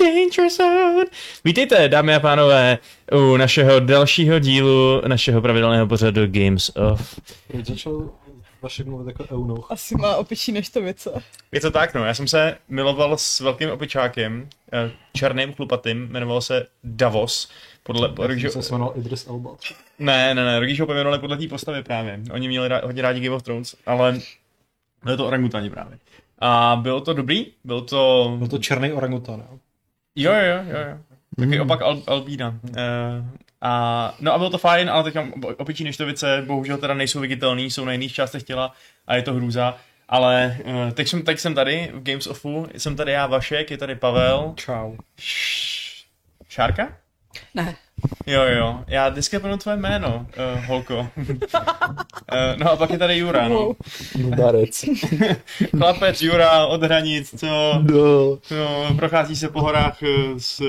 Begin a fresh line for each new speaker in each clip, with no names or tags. Danger Zone. Vítejte, dámy a pánové, u našeho dalšího dílu našeho pravidelného pořadu Games of.
Teď začal Vašek mluvit jako eunuch.
Asi má opičí než to věce.
Je to tak, no, já jsem se miloval s velkým opičákem, eh, černým chlupatým, jmenoval se Davos. Podle,
Takže
takže-
jsem se jmenoval Idris Elba.
Ne, ne, ne, Rogíš ho pojmenovali podle té postavy právě. Oni měli rá, hodně rádi Game of Thrones, ale byly to orangutani právě. A bylo to dobrý, bylo to...
Byl to černý orangutan. jo.
Jo, jo, jo, jo. jo. Taky opak Al- Albína. Eh, a, no a bylo to fajn, ale teď mám opičí neštovice, bohužel teda nejsou viditelný, jsou na jiných částech těla a je to hrůza. Ale eh, teď, jsem, teď jsem tady v Games Offu, jsem tady já Vašek, je tady Pavel.
Čau.
Š- Šárka?
Ne.
Jo, jo, já vždycky plnu tvoje jméno, uh, holko. uh, no a pak je tady Jura, no.
Darec.
Chlapec Jura od hranic, co
No.
no, prochází se po horách eh, s...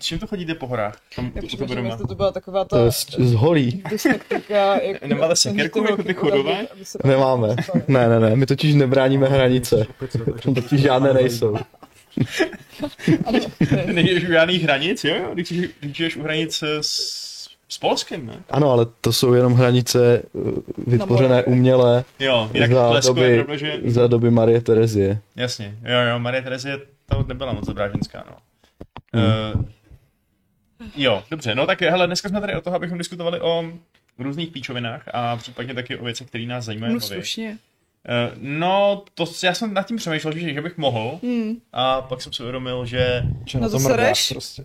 s čím to chodíte po horách? Tam,
Já
u tebe
přemýšlím,
doma.
jestli to byla taková ta
To z, z holí.
dyslektika. Jak
Nemáte
jak
sekerku,
ty
jako ty
holky
chudové?
urazit, aby se-
Nemáme. Ne, ne, ne, my totiž nebráníme hranice. Tam totiž žádné nejsou.
Nejdeš u žádných hranic, jo, jo? Když, jdeš- když jdeš u hranic eh, s, s Polskem, ne?
Ano, ale to jsou jenom hranice eh, vytvořené uměle
Jo, jinak
Za
Plesko je
doby-
pravda, že...
za doby Marie Terezie.
Jasně, jo, jo, Marie Terezie to nebyla moc dobrá ženská, no. Hmm. Uh, jo, dobře, no tak hele, dneska jsme tady o toho, abychom diskutovali o různých píčovinách a případně taky o věcech, které nás zajímají.
Mluv
Uh,
slušně.
no, to s- já jsem nad tím přemýšlel, že, že bych mohl
Hmm.
a pak jsem si uvědomil, že,
Že
No
na to
zase
mrdáš
reš?
prostě.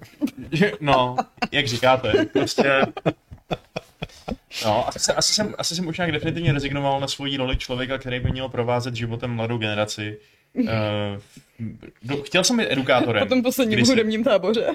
že no, jak říkáte, prostě... No, asi, se- asi, jsem, asi jsem už nějak definitivně rezignoval na svoji roli člověka, který by měl provázet životem mladou generaci. Uh, chtěl jsem být edukátorem.
Po tom posledním
kdysi.
hudebním táboře.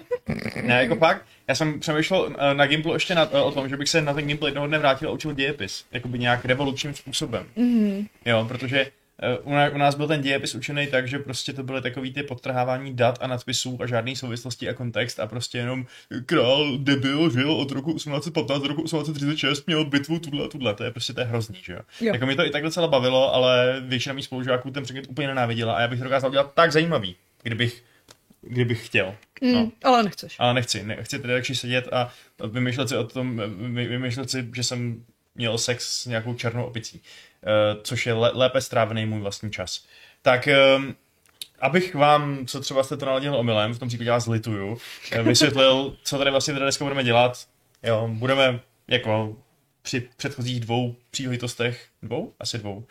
Ne, jako fakt, já jsem přemýšlel eh, na Gimplu ještě na, eh, o tom, že bych se na ten Gimpl jednoho dne vrátil a učil dějepis, jakoby nějak revolučním způsobem.
Mhm.
Jo, protože eh, u nás, u nás byl ten dějepis učený tak, že prostě to byly takový ty podtrhávání dat a nadpisů a žádný souvislosti a kontext a prostě jenom král debil žil od roku 1815 do roku 1836, měl bitvu tuhle a tuhle, to je prostě to je hrozný, že jo.
Jo.
Jako mě to i tak docela bavilo, ale většina mých spolužáků ten předmět úplně nenáviděla a já bych to dokázal udělat tak zajímavý, kdybych, kdybych chtěl. No.
Mm, ale nechceš.
Ale nechci, ne, chci tady radši sedět a vymýšlet si o tom, vy- vymýšlet si, že jsem měl sex s nějakou černou opicí, eh, což je le, lépe strávený můj vlastní čas. Tak ehm, abych vám, co třeba jste to naladil omylem, v tom případě vás lituju, eh, vysvětlil, co tady vlastně teda dneska budeme dělat. Jo, budeme jako při předchozích dvou příležitostech, dvou? Asi dvou,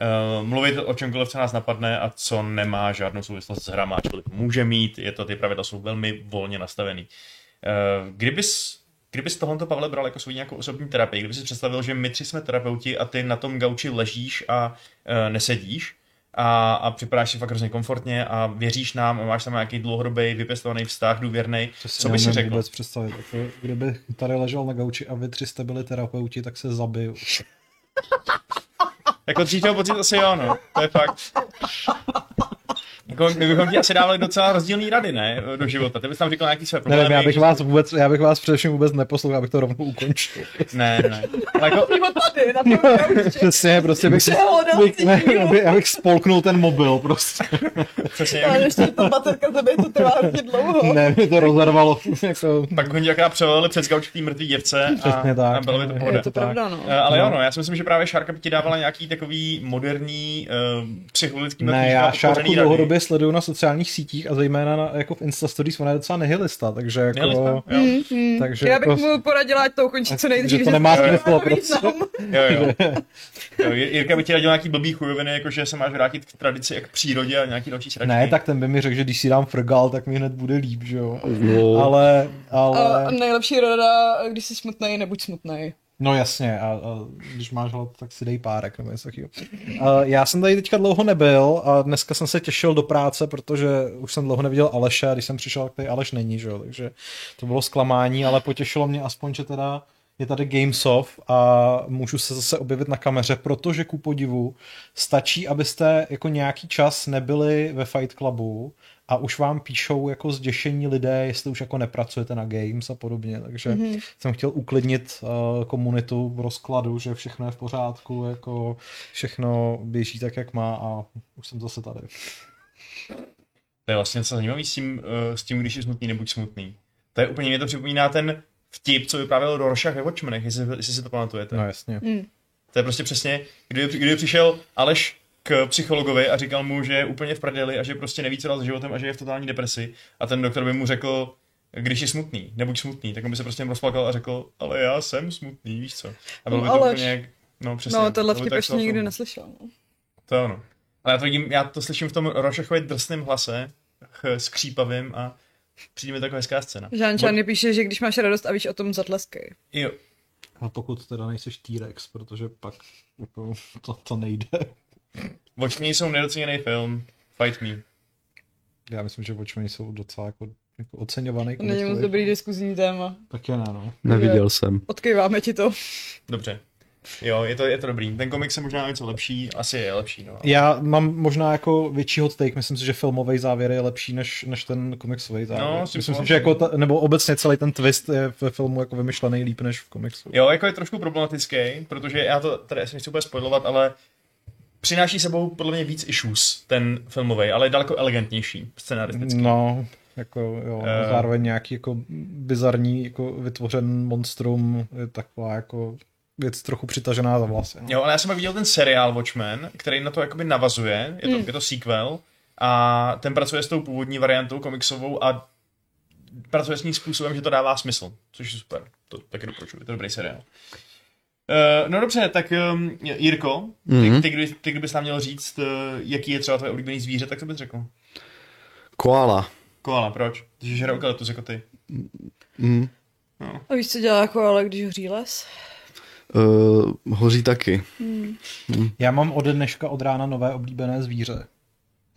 eh, mluvit o čemkoliv, co nás napadne a co nemá žádnou souvislost s hrama, čili může mít, je to, ty pravidla jsou velmi volně nastavený. Eh, Kdybys, kdybys tohoto Pavle bral jako svou nějakou osobní terapii, kdybys si představil, že my tři jsme terapeuti a ty na tom gauči ležíš a eh, nesedíš, a, a připadáš si fakt hrozně komfortně a věříš nám a máš tam nějaký dlouhodobý vypěstovaný vztah, důvěrný, co by si
neumím
řekl?
vůbec představit. Jako, kdybych tady ležel na gauči a vy tři jste byli terapeuti, tak se zabiju.
Jako dřív měl pocit asi jo, no. To je fakt. Jako, my bychom ti asi dávali docela rozdílný rady, ne? Do života. Ty bys tam říkal nějaký své problémy.
Nevím, já bych vás vůbec, já bych vás především vůbec neposlouchal, abych to rovnou ukončil.
Ne, ne. Ale jako,
Přímo No. tady, na tom
No.
gauči.
Přesně, prostě bych si...
Přehodal
Bych,
si
ne,
díl.
aby, já bych spolknul ten mobil prostě.
přesně,
Ale
jak,
ještě ta baterka za mě to trvá hodně dlouho.
Ne, mě to rozervalo. Jako,
pak bychom ti akorát převalili přes gauč k té mrtvý děvce
Přesně
a,
tak.
a bylo by to
Je
pohoda.
to
tak.
pravda, no.
Eh, Ale jo, no, já si myslím, že právě Šárka by ti dávala nějaký takový moderní uh, psychologický
Ne,
metodický a
já
podpořený
Šárku
rady.
dlouhodobě sleduju na sociálních sítích a zejména na, jako v Instastories, ona je docela nihilista, takže jako...
Nihilista? Jo, jo,
Mhm.
Takže
Hmm. Já bych
jako,
mu poradila, ať to ukončí co nejdřív.
že to nemá
nemá
smysl, prostě.
význam.
jo. jo. Jir- Jirka by ti radil nějaký blbý chujoviny, jako že se máš vrátit k tradici, jak k přírodě a nějaký další sračky.
Ne, tak ten by mi řekl, že když si dám frgal, tak mi hned bude líp, že jo.
No.
Ale,
A
ale,
nejlepší rada, když jsi smutnej, nebuď smutnej.
no jasně, a, a když máš hlad, tak si dej párek nebo něco takového. A Já jsem tady teďka dlouho nebyl a dneska jsem se těšil do práce, protože už jsem dlouho neviděl Aleše a když jsem přišel, tak tady Aleš není, že jo, takže to bylo zklamání, ale potěšilo mě aspoň, že teda je tady Gamesoft a můžu se zase objevit na kameře, protože ku podivu stačí, abyste jako nějaký čas nebyli ve Fight Clubu a už vám píšou jako zděšení lidé, jestli už jako nepracujete na games a podobně, takže
Mhm.
mm-hmm. jsem chtěl uklidnit uh, komunitu v rozkladu, že všechno je v pořádku, jako všechno běží tak, jak má a už jsem zase tady.
To je vlastně docela zajímavý s tím, eh, s tím, když je smutný, nebuď smutný. To je úplně, mě to připomíná ten vtip, co vyprávěl Rorschach ve Watchmenech, jestli, jestli si to pamatujete.
No jasně.
Mm.
To je prostě přesně, kdyby, kdyby přišel Aleš k psychologovi a říkal mu, že je úplně v prdeli a že prostě neví, co dál s životem a že je v totální depresi. A ten doktor by mu řekl, když je smutný, nebuď smutný, tak on by se prostě jen rozplakal a řekl, ale já jsem smutný, víš co. A bylo
No,
by to
Aleš.
úplně jak... No, přesně.
No,
bylo
tohle
by
vtip
tak
ještě nikdy
celkem.
neslyšel. No.
To je ono. Ale já to, vidím, já to slyším v tom Rošachově drsném hlase, ch- skřípavým a přijde mi taková hezká scéna.
Žán Čárny píše, že když máš radost a víš o tom, zatleskej.
Jo,
A pokud teda nejseš T-Rex, protože pak jako, to, to nejde.
Watchmeni jsou nedoceněný film, Fight Me.
Já myslím, že Watchmeni jsou docela jako, jako oceňovaný.
To není moc
kolektiv.
dobrý diskuzní téma.
Taky ne, no.
Neviděl jsem.
Odkýváme ti to.
Dobře. Jo, je to, je to dobrý. Ten komiks je možná něco lepší, asi je lepší, no.
Já mám možná jako větší hot take, myslím si, že filmový závěr je lepší než, než ten komiksový závěr.
No, s tím
myslím si,
souhlasím.
že jako ta, nebo obecně celý ten twist je ve filmu jako vymyšlený líp než v komiksu.
Jo, jako je trošku problematický, protože já to tady asi nechci úplně spoilovat, ale přináší sebou podle mě víc issues, ten filmový, ale je daleko elegantnější scenaristicky.
No, jako jo, uh...
Eh.
zároveň nějaký jako bizarní jako vytvořen monstrum je taková jako věc trochu přitažená za vlasy. No.
Jo, ale já jsem pak viděl ten seriál Watchmen, který na to jakoby navazuje, je to, je to sequel a ten pracuje s tou původní variantou komiksovou a pracuje s ní způsobem, že to dává smysl, což je super. To taky doporučuji, je to dobrý seriál. Uh, no dobře, tak um, Jirko, ty,
Mhm.
ty, kdyby, ty kdybys nám měl říct, uh, jaký je třeba tvoje oblíbený zvíře, tak to bys řekl.
Koala.
Koala, proč? Ty žere eukalyptus jako ty.
Mm.
A víš, co dělá jako ale když hří les?
Uh, hoří taky.
Já mám ode dneška od rána nové oblíbené zvíře.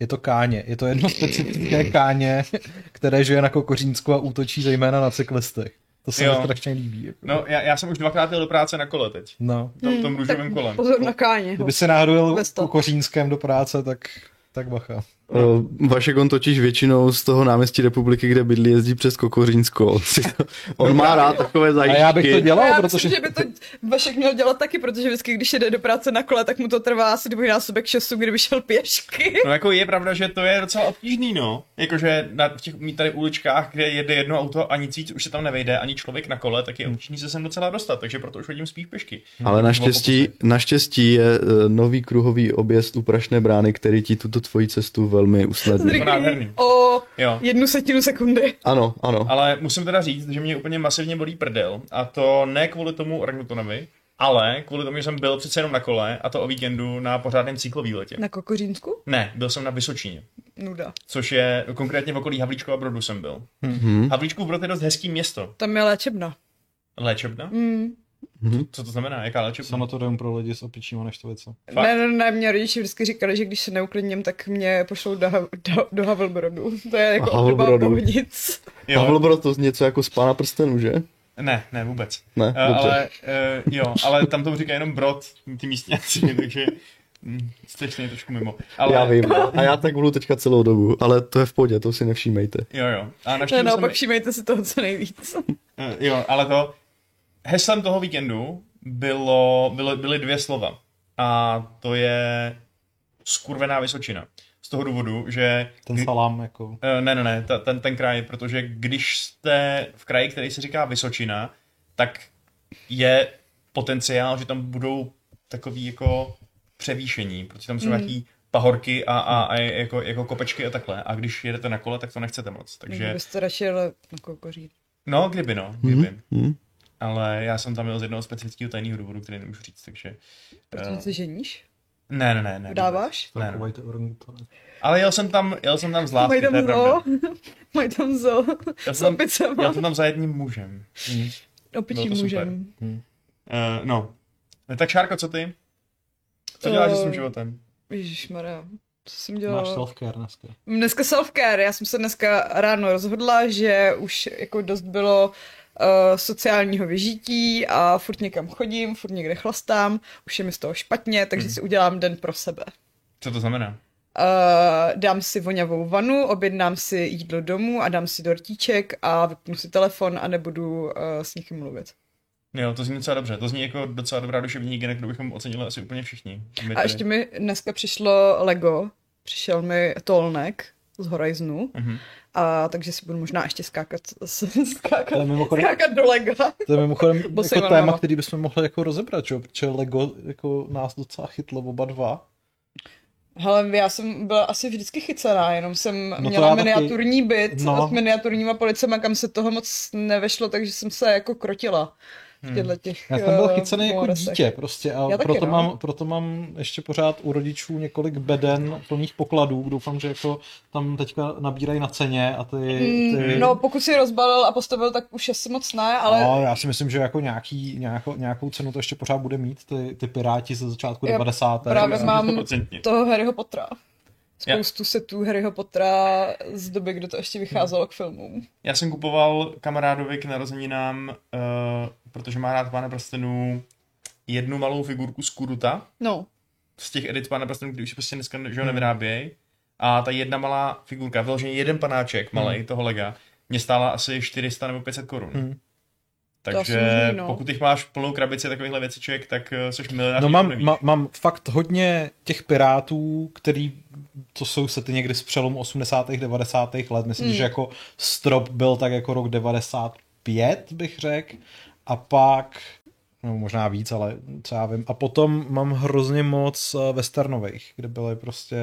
Je to káně. Je to jedno specifické káně, které žije na Kokořínsku a útočí zejména na cyklistech. To se mi
Jo.
strašně líbí. Jako.
No, já, já jsem už dvakrát jel do práce na kole teď.
No.
Tom, tom růžovým kolem.
Pozor na káně.
Kdyby se náhodou jel
Bez to.
Kokořínském do práce, tak, tak bacha.
Uh, Vašek on totiž většinou z toho náměstí republiky, kde bydlí, jezdí přes Kokořínsko. On, si to, on má rád takové
A
zajíčky.
já bych to
A
dělal,
já
protože...
myslím, že by to Vašek měl dělat taky, protože vždycky, když jede do práce na kole, tak mu to trvá asi dvojnásobek času, kdyby šel pěšky.
No jako je pravda, že to je docela obtížný, no. Jakože na v těch mít tady uličkách, kde jede jedno auto a nic víc už se tam nevejde, ani člověk na kole, tak je obtížný se sem docela dostat, takže proto už chodím spíš pěšky.
Ale naštěstí, naštěstí je eh, nový kruhový objezd u Prašné brány, který ti tuto tvoji cestu velmi usnadní.
To nádherný.
o
Jo.
jednu setinu sekundy.
Ano, ano.
Ale musím teda říct, že mě úplně masivně bolí prdel a to ne kvůli tomu orangutanovi, ale kvůli tomu, že jsem byl přece jenom na kole a to o víkendu na pořádném cyklovýletě.
Na Kokořínsku?
Ne, byl jsem na Vysočině.
Nuda.
což je konkrétně v okolí Havlíčkova Brodu jsem byl.
Mhm.
Havlíčkův Brod je dost hezký město.
Tam je léčebna.
Léčebna?
Mm.
Co to znamená? Jaká léčebna?
Sanatorium pro lidi s opičíma neštovicem.
Fakt?
Ne, ne, ne, mě rodiče vždycky říkali, že když se neuklidním, tak mě pošlou do, Ha- do, do Havelbrodu. To je jako
Havelbrodu.
obdoba pohodnic.
Jo.
Pavel Brod to z něco jako z Pána prstenů, že?
Ne, ne, vůbec.
Ne,
Eh,
dobře.
ale, uh, jo, ale tam to říká jenom Brod, ty místňáci, takže mm, jste ještě trošku mimo. Ale,
Já vím. no. A já tak budu teďka celou dobu, ale to je v pohodě, to si nevšímejte.
Jo, jo. A
Ne, no,
navštívil jsem,
naopak všímejte si toho co nejvíc.
Eh, jo, ale to heslem toho víkendu bylo, bylo, byly dvě slova. A to je skurvená Vysočina. Z toho důvodu, že
Ten salám, jako...
Eh, Ne, ne, ne, ta, ten, ten kraj, protože když jste v kraji, který se říká Vysočina, tak je potenciál, že tam budou takový jako převýšení, protože tam jsou mm. nějaký pahorky a, a, a jako, jako kopečky a takhle. A když jedete na kole, tak to nechcete moc. Takže,
Byste radši jako jeli na Kokořín.
no, kdyby no, kdyby.
Mhm.
Ale já jsem tam jel z jednoho specifického tajného důvodu, který nemůžu říct, takže... Eh,
Protože se ženíš?
Ne, ne, ne. ne
Dáváš?
Ne, ne.
Zachovajte orangutany.
Ale jel jsem tam, jel jsem tam z lásky,
Mají
to je
tam
pravda.
zoo? Mají tam zoo?
Jel
S
jsem,
opicema?
jel jsem tam za jedním mužem.
Opičím
Bylo to super.
No, můžem.
Uh, no. Tak Šárko, co ty? Co děláš se
Eh,
svým životem?
Ježišmarja, co jsem
Máš
dělala?
self-care dneska.
Dneska self-care, já jsem se dneska ráno rozhodla, že už jako dost bylo uh, sociálního vyžití a furt někam chodím, furt někde chlastám, už je mi z toho špatně,
Mhm.
takže si udělám den pro sebe.
Co to znamená?
Uh, dám si voňavou vanu, objednám si jídlo domů a dám si dortíček a vypnu si telefon a nebudu uh, s nikým mluvit.
Jo, to zní docela dobře. To zní jako docela dobrá duševní hygiena, kterou bychom ocenili asi úplně všichni. My
A
tady.
ještě mi dneska přišlo Lego, přišel mi Tolnek, z Horizonu,
Mhm.
a takže si budu možná ještě skákat, s- skákat,
Ale mimochodem-
skákat do Lega.
To je mimochodem
Bosej
jako
banana.
téma, který bychom mohli jako rozebrat, že? jo, protože Lego jako nás docela chytlo oba dva.
Hele, já jsem byla asi vždycky chycená, jenom jsem
to
no
já
měla
taky.
miniaturní byt
No.
no. s miniaturníma policema, kam se toho moc nevešlo, takže jsem se jako krotila v těchto těch
Hmm. Já jsem byl
eh,
chycený jako
moresech.
dítě prostě a
Já taky,
proto,
no.
mám, proto mám ještě pořád u rodičů několik beden plných pokladů. Doufám, že jako tam teďka nabírají na ceně a ty... ty...
Mm, No, pokud si rozbalil a postavil, tak už asi moc ne, ale
No, já si myslím, že jako nějaký, nějakou, nějakou cenu to ještě pořád bude mít, ty, ty piráti ze začátku
Já
90.
právě mám
Procentně.
toho Harryho Pottera.
Já-
Spoustu setů Harryho Pottera z doby, kdy to ještě vycházelo k filmům.
Já jsem kupoval kamarádovi k narozeninám, uh, protože má rád Pána prstenů, jednu malou figurku z Kuruta,
No,
z těch edit Pána prstenů, kdy už se prostě dneska že
Hmm.
ho nevyrábějí. A ta jedna malá figurka, vyloženě jeden panáček malý toho Lega, mě stála asi 400 nebo 500 korun.
Hmm.
Takže
asi možný, no.
pokud jich máš plnou krabici takovýchhle věciček, tak eh, jsi milionář.
No
když
mám,
to nevíš.
ma, mám fakt hodně těch pirátů, který to jsou sety někdy z přelomu 80. 90. let. Myslím,
Hmm.
že jako strop byl tak jako rok 95, bych řekl. A pak, no možná víc, ale co já vím. A potom mám hrozně moc eh, westernových, kde byly prostě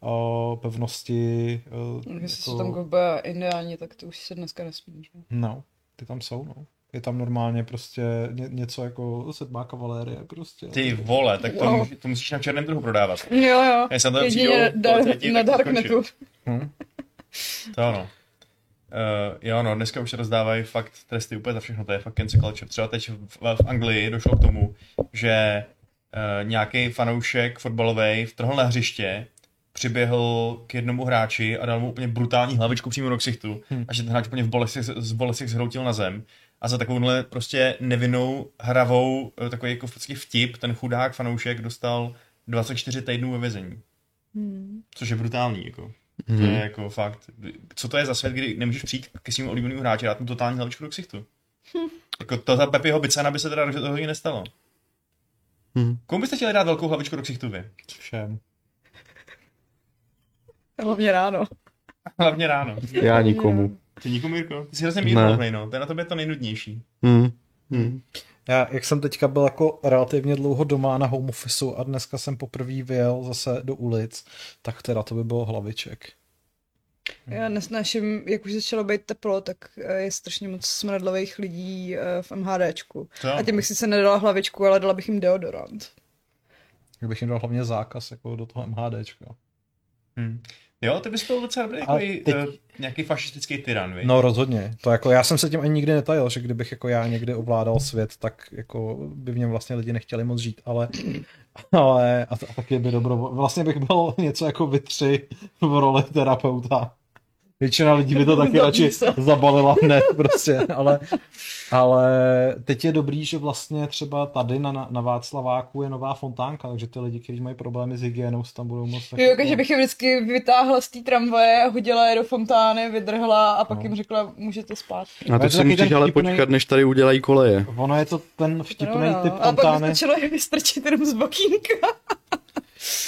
o, pevnosti. eh,
jestli jsou tam gobe indiáni, tak to už se dneska nesmí. Že?
No, ty tam jsou, no. Je tam normálně prostě ně, něco jako sedmá kavalérie prostě.
Ty vole, tak to,
Wow.
wow. to musíš na černém trhu prodávat.
Jo, jo.
Já jsem tam
Jedině
přijdu,
dar-
policajti,
na
tak to
Darknetu.
To ano. Uh, jo, no, dneska už se rozdávají fakt tresty úplně za všechno, to je fakt cancel culture. Třeba teď v, v Anglii došlo k tomu, že uh, nějaký fanoušek fotbalový vtrhl na hřiště, přiběhl k jednomu hráči a dal mu úplně brutální hlavičku přímo do ksichtu, hmm. a že ten hráč úplně v bolestech, z bolestech zhroutil na zem. A za takovouhle prostě nevinnou hravou, eh, takový jako v podstatě vtip, ten chudák fanoušek dostal 24 týdnů ve vězení.
Hmm.
Což je brutální, jako. Hmm. To je jako fakt, co to je za svět, kdy nemůžeš přijít ke svým oblíbeným hráči a dát mu totální hlavičku do ksichtu. Jako to za Pepiho Bicena by se teda rozhodně nestalo.
Hmm.
Komu byste chtěli dát velkou hlavičku do ksichtu vy?
Všem.
Hlavně ráno.
Hlavně ráno.
Já nikomu.
Ty nikomu, Jirko? Ty jsi hrozně
Ne.
mírný, no. To je na tobě to nejnudnější.
Hmm. Hmm.
Já, jak jsem teďka byl jako relativně dlouho doma na home officeu a dneska jsem poprvé vyjel zase do ulic, tak teda to by bylo hlaviček.
Já nesnáším, jak už začalo být teplo, tak eh, je strašně moc smradlavých lidí eh, v MHDčku.
Co?
A těm bych sice nedala hlavičku, ale dala bych jim deodorant.
Jak bych jim dal hlavně zákaz jako do toho MHDčka.
Hm. Jo, ty bys byl docela dobrý
Ale
takový,
teď-
eh, nějaký fašistický tyran, vy.
No rozhodně. To jako, já jsem se tím ani nikdy netajil, že kdybych jako já někdy ovládal svět, tak jako by v něm vlastně lidi nechtěli moc žít, ale, ale a, t- a taky by dobro. Vlastně bych byl něco jako vy tři v roli terapeuta. Většina lidí by to taky
Zabij
radši
se.
zabalila hned prostě, ale, ale teď je dobrý, že vlastně třeba tady na, na Václaváku je nová fontánka, takže ty lidi, kteří mají problémy s hygienou, se tam budou moc...
Jo, jako, že bych je vždycky vytáhla z té tramvaje, hodila je do fontány, vydrhla a pak
No.
jim řekla, můžete spát.
A
to
to
je
si
taky
musíš
ten
ale
vtipnej-
počkat, než tady udělají koleje.
Ono je to ten vtipný typ
No, a pak by
fontány.
stačilo je vystrčit jenom z bokínka.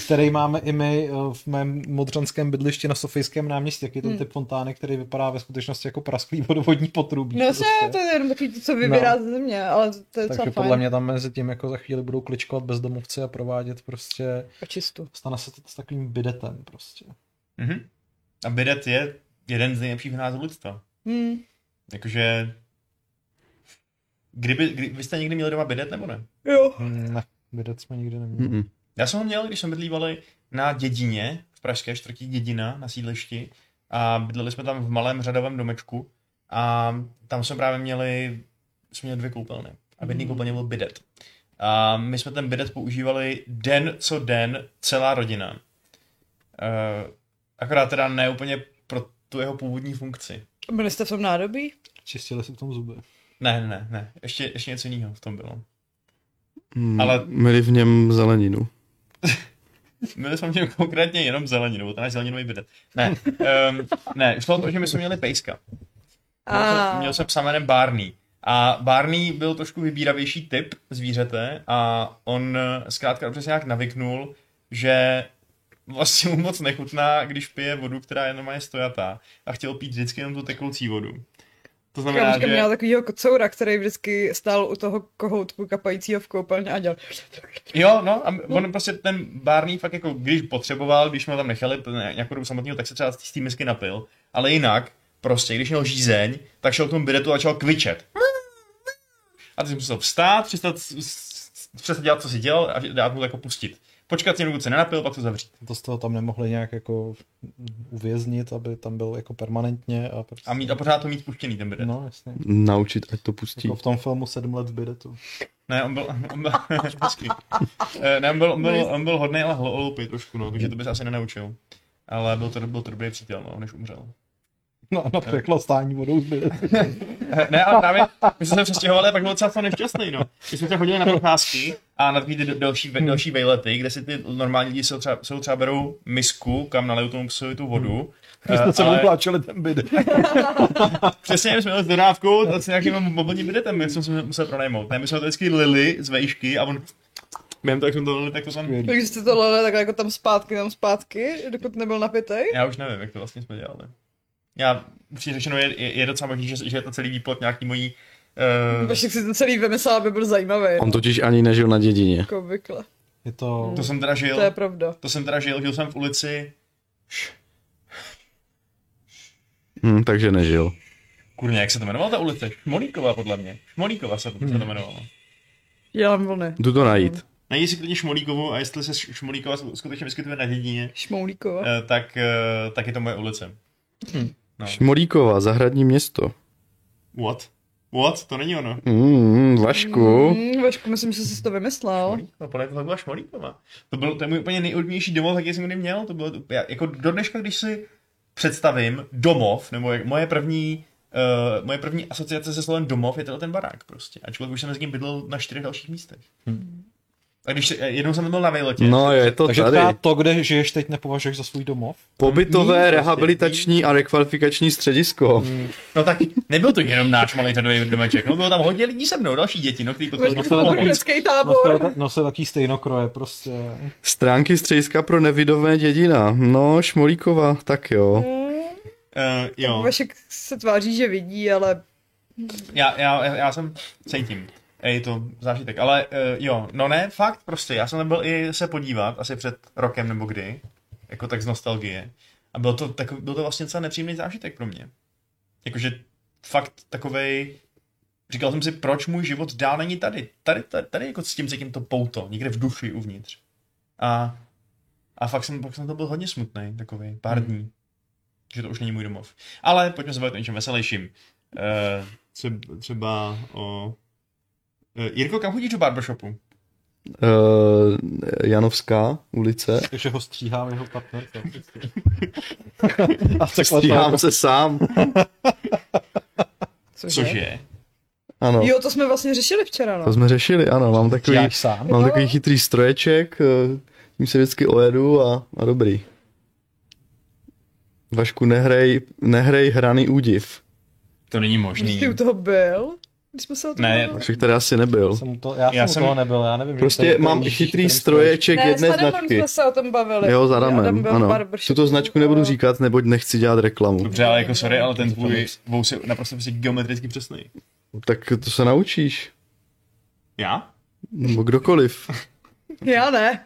který máme i my eh, v mém modřanském bydlišti na Sofijském náměstí, jaký je ten
Hmm.
typ fontány, který vypadá ve skutečnosti jako prasklý vodovodní potrubí. prostě.
No se, to je jenom takový, to, co vybírá ze země, ale to- to je
No. Takže
docela
podle
fajn.
mě tam mezi tím jako za chvíli budou kličkovat bezdomovci a provádět prostě,
Očistu.
stane se to s takovým bidetem prostě.
Mhm. A bidet je jeden z nejlepších názorů lidstva.
Hmm.
Jakože... Kdyby, kdy, vy jste někdy měli doma bidet, nebo ne?
Jo.
Hmm, Ne, bidet jsme nikdy neměli.
Mm-mm.
Já jsem ho měl, když jsme bydlívali na dědině, v pražské čtvrti dědina na sídlišti a bydleli jsme tam v malém řadovém domečku a tam jsme právě měli, jsme měli dvě koupelny a v jedné koupelně byl bidet. A my jsme ten bidet používali den co den, celá rodina. Uh, akorát teda ne úplně pro tu jeho původní funkci.
Byli jste v tom nádobí?
Čistili si v tom zuby.
Ne, ne, ne, ne. Ještě, ještě něco jiného v tom bylo.
Mm.
Ale-
Ale... Měli v něm zeleninu.
Měli jsme měli konkrétně jenom zeleninu, bo to náš zeleninový bidet. Ne, um, ne, šlo o to, že my jsme měli pejska. Měl jsem- Měl jsem psa jménem Barney. A Barney byl trošku vybíravější typ zvířete a on eh, zkrátka přesně nějak navyknul, že vlastně mu moc nechutná, když pije vodu, která je normálně stojatá a chtěl pít vždycky jenom tu tekoucí vodu. To znamená,
Kamuška
že...
měla takovýho kocoura, který vždycky stál u toho kohoutku kapajícího v koupelně a dělal.
Jo, no, a on prostě ten bárný fakt jako, když potřeboval, když jsme ho tam nechali p- ne- nějakou dobu samotného, tak se třeba z té misky napil, ale jinak, prostě, když měl žízeň, tak šel k tomu bidetu a začal kvičet. A ty jsi musel vstát, přestat, s- s- s- přestat dělat, co si dělal a dát mu to jako pustit. Počkat si, dokud se nenapil, pak to zavřít.
To z toho tam nemohli nějak jako uvěznit, aby tam byl jako permanentně a, prostě...
A, mít, a pořád to mít puštěný ten bidet.
No, jasně.
Naučit, ať to pustí.
Jako v tom filmu sedm let v bidetu.
Ne, on byl, on byl, hezky. Eh, ne, on byl, on byl, on byl hodný, ale hlo- hloupý trošku, no, takže to bys asi nenaučil. Ale byl to, byl to dobrý přítel, no, než umřel.
No, na peklo stání vodou z bidetu.
Eh, Ne, ale právě my jsme se přestěhovali a pak byl docela fakt nešťastný, no. My jsme se chodili na procházky a na takový ty další, další vejlety, kde si ty normální lidi jsou třeba, jsou třeba berou misku, kam nalejou tomu psovi tu vodu.
My jsme se
Eh, ale-
vypláčeli ten bidet.
Přesně, my jsme jeli s dodávkou a s nějakým mobilním bidetem, my jsme se museli pronajmout. Ne, my jsme to vždycky lili z vejšky a on... Během to, jak jsme to lili, tak to jsem...
Skvělý.
Takže jste to lele takhle jako tam zpátky, tam zpátky, dokud nebyl napitej.
Já už nevím, jak to vlastně jsme dělali. Já upřímně řečeno je, je, je docela možný, že, že je to celý výplot nějaký mojí... Uh,
Vašek si to celý vymyslel, aby byl zajímavý.
On totiž ani nežil na dědině.
Jako obvykle.
Je to...
to jsem teda žil.
To je pravda.
To jsem teda žil, žil jsem v ulici,
Hm, takže nežil.
Kurně, jak se to jmenovala ta ulice? Šmolíková podle mě. Šmolíková se to, se to jmenovalo.
Dělám vlny.
Jdu to najít.
Najdi si klidně Šmolíkovou a jestli se Š- Šmolíková skutečně vyskytuje na dědině,
Šmoulíkova.
eh, tak, eh, tak je to moje ulice.
Šmolíková, zahradní město.
What? What? To není ono.
Mm, Vašku.
Mm, Vašku, myslím, že jsi to vymyslel.
Šmolíková, no, podle mě to byla Šmolíková. To byl to je můj úplně nejodnější domov, jaký jsem kdy měl. To bylo, já, jako do dneška, když si představím domov, nebo jak, moje první Uh, moje první asociace se slovem domov je tenhle ten barák prostě. A člověk už jsem s ním bydlel na čtyřech dalších místech. Hmm. A když eh, jednou jsem byl na výletě.
No je to
Takže
tady.
třeba to, kde žiješ teď, nepovažuješ za svůj domov?
Mí, prostě,
Pobytové rehabilitační a rekvalifikační středisko.
No tak nebyl to jenom náš malý řadový domeček, no bylo tam hodně lidí se mnou, další děti, no který
Vašku,
potřebovali
to
to byl
bylo
pomoc.
umělecký
No
tábor.
se, no se taký stejnokroje, prostě.
Stránky střediska pro nevidové dědina. No, Šmolíková, tak jo.
Uh, jo,
Vašek se tváří, že vidí, ale
já, já, já jsem cítím. Je to zážitek, ale uh, jo, no ne, fakt prostě, já jsem tam byl i se podívat, asi před rokem nebo kdy, jako tak z nostalgie. A byl to, tak, byl to vlastně docela nepříjemný zážitek pro mě. Jakože fakt takovej, říkal jsem si, proč můj život dál není tady. Tady, tady, tady jako s tím cítím to pouto, někde v duši uvnitř. A, a fakt jsem, fakt jsem to byl hodně smutný, takový pár hmm. dní. Že to už není můj domov. Ale pojďme se bavit o něčem veselějším. Eh, třeba, třeba o... Eh, Jirko, kam chodíš do barbershopu?
Uh, Janovská ulice.
Takže ho stříhám jeho partnerka. prostě. A takhle
Stíhám
to,
se sám.
cože?
Cože?
Ano,
Jo, to jsme vlastně řešili včera, no.
to jsme řešili, ano. Mám takový,
stříháš sám.
mám takový chytrý stroječek, eh, tím se vždycky ojedu a, a dobrý. Vašku, nehraj, nehraj hrany údiv.
To není
Když
možný.
Jsi u toho byl? Když jsme se o tom
Ne,
bavili?
Však tady asi nebyl.
Jsem u toho, já,
Já
já jsem,
jsem-
u toho nebyl, já nevím. že
Prostě
tady to
mám
užíš,
chytrý
který
stroječek
ne,
jedné
s Adamem
značky.
jsme se o tom bavili.
Jo, za
Adam
Adamem,
byl v No.
ano.
barbershopu
Tuto značku
a-
nebudu říkat, neboť nechci dělat reklamu.
Dobře, ale jako sorry, ale ten tvůj vous je naprosto prostě geometricky přesný.
Tak to se naučíš.
Já?
Nebo kdokoliv.
Já ne.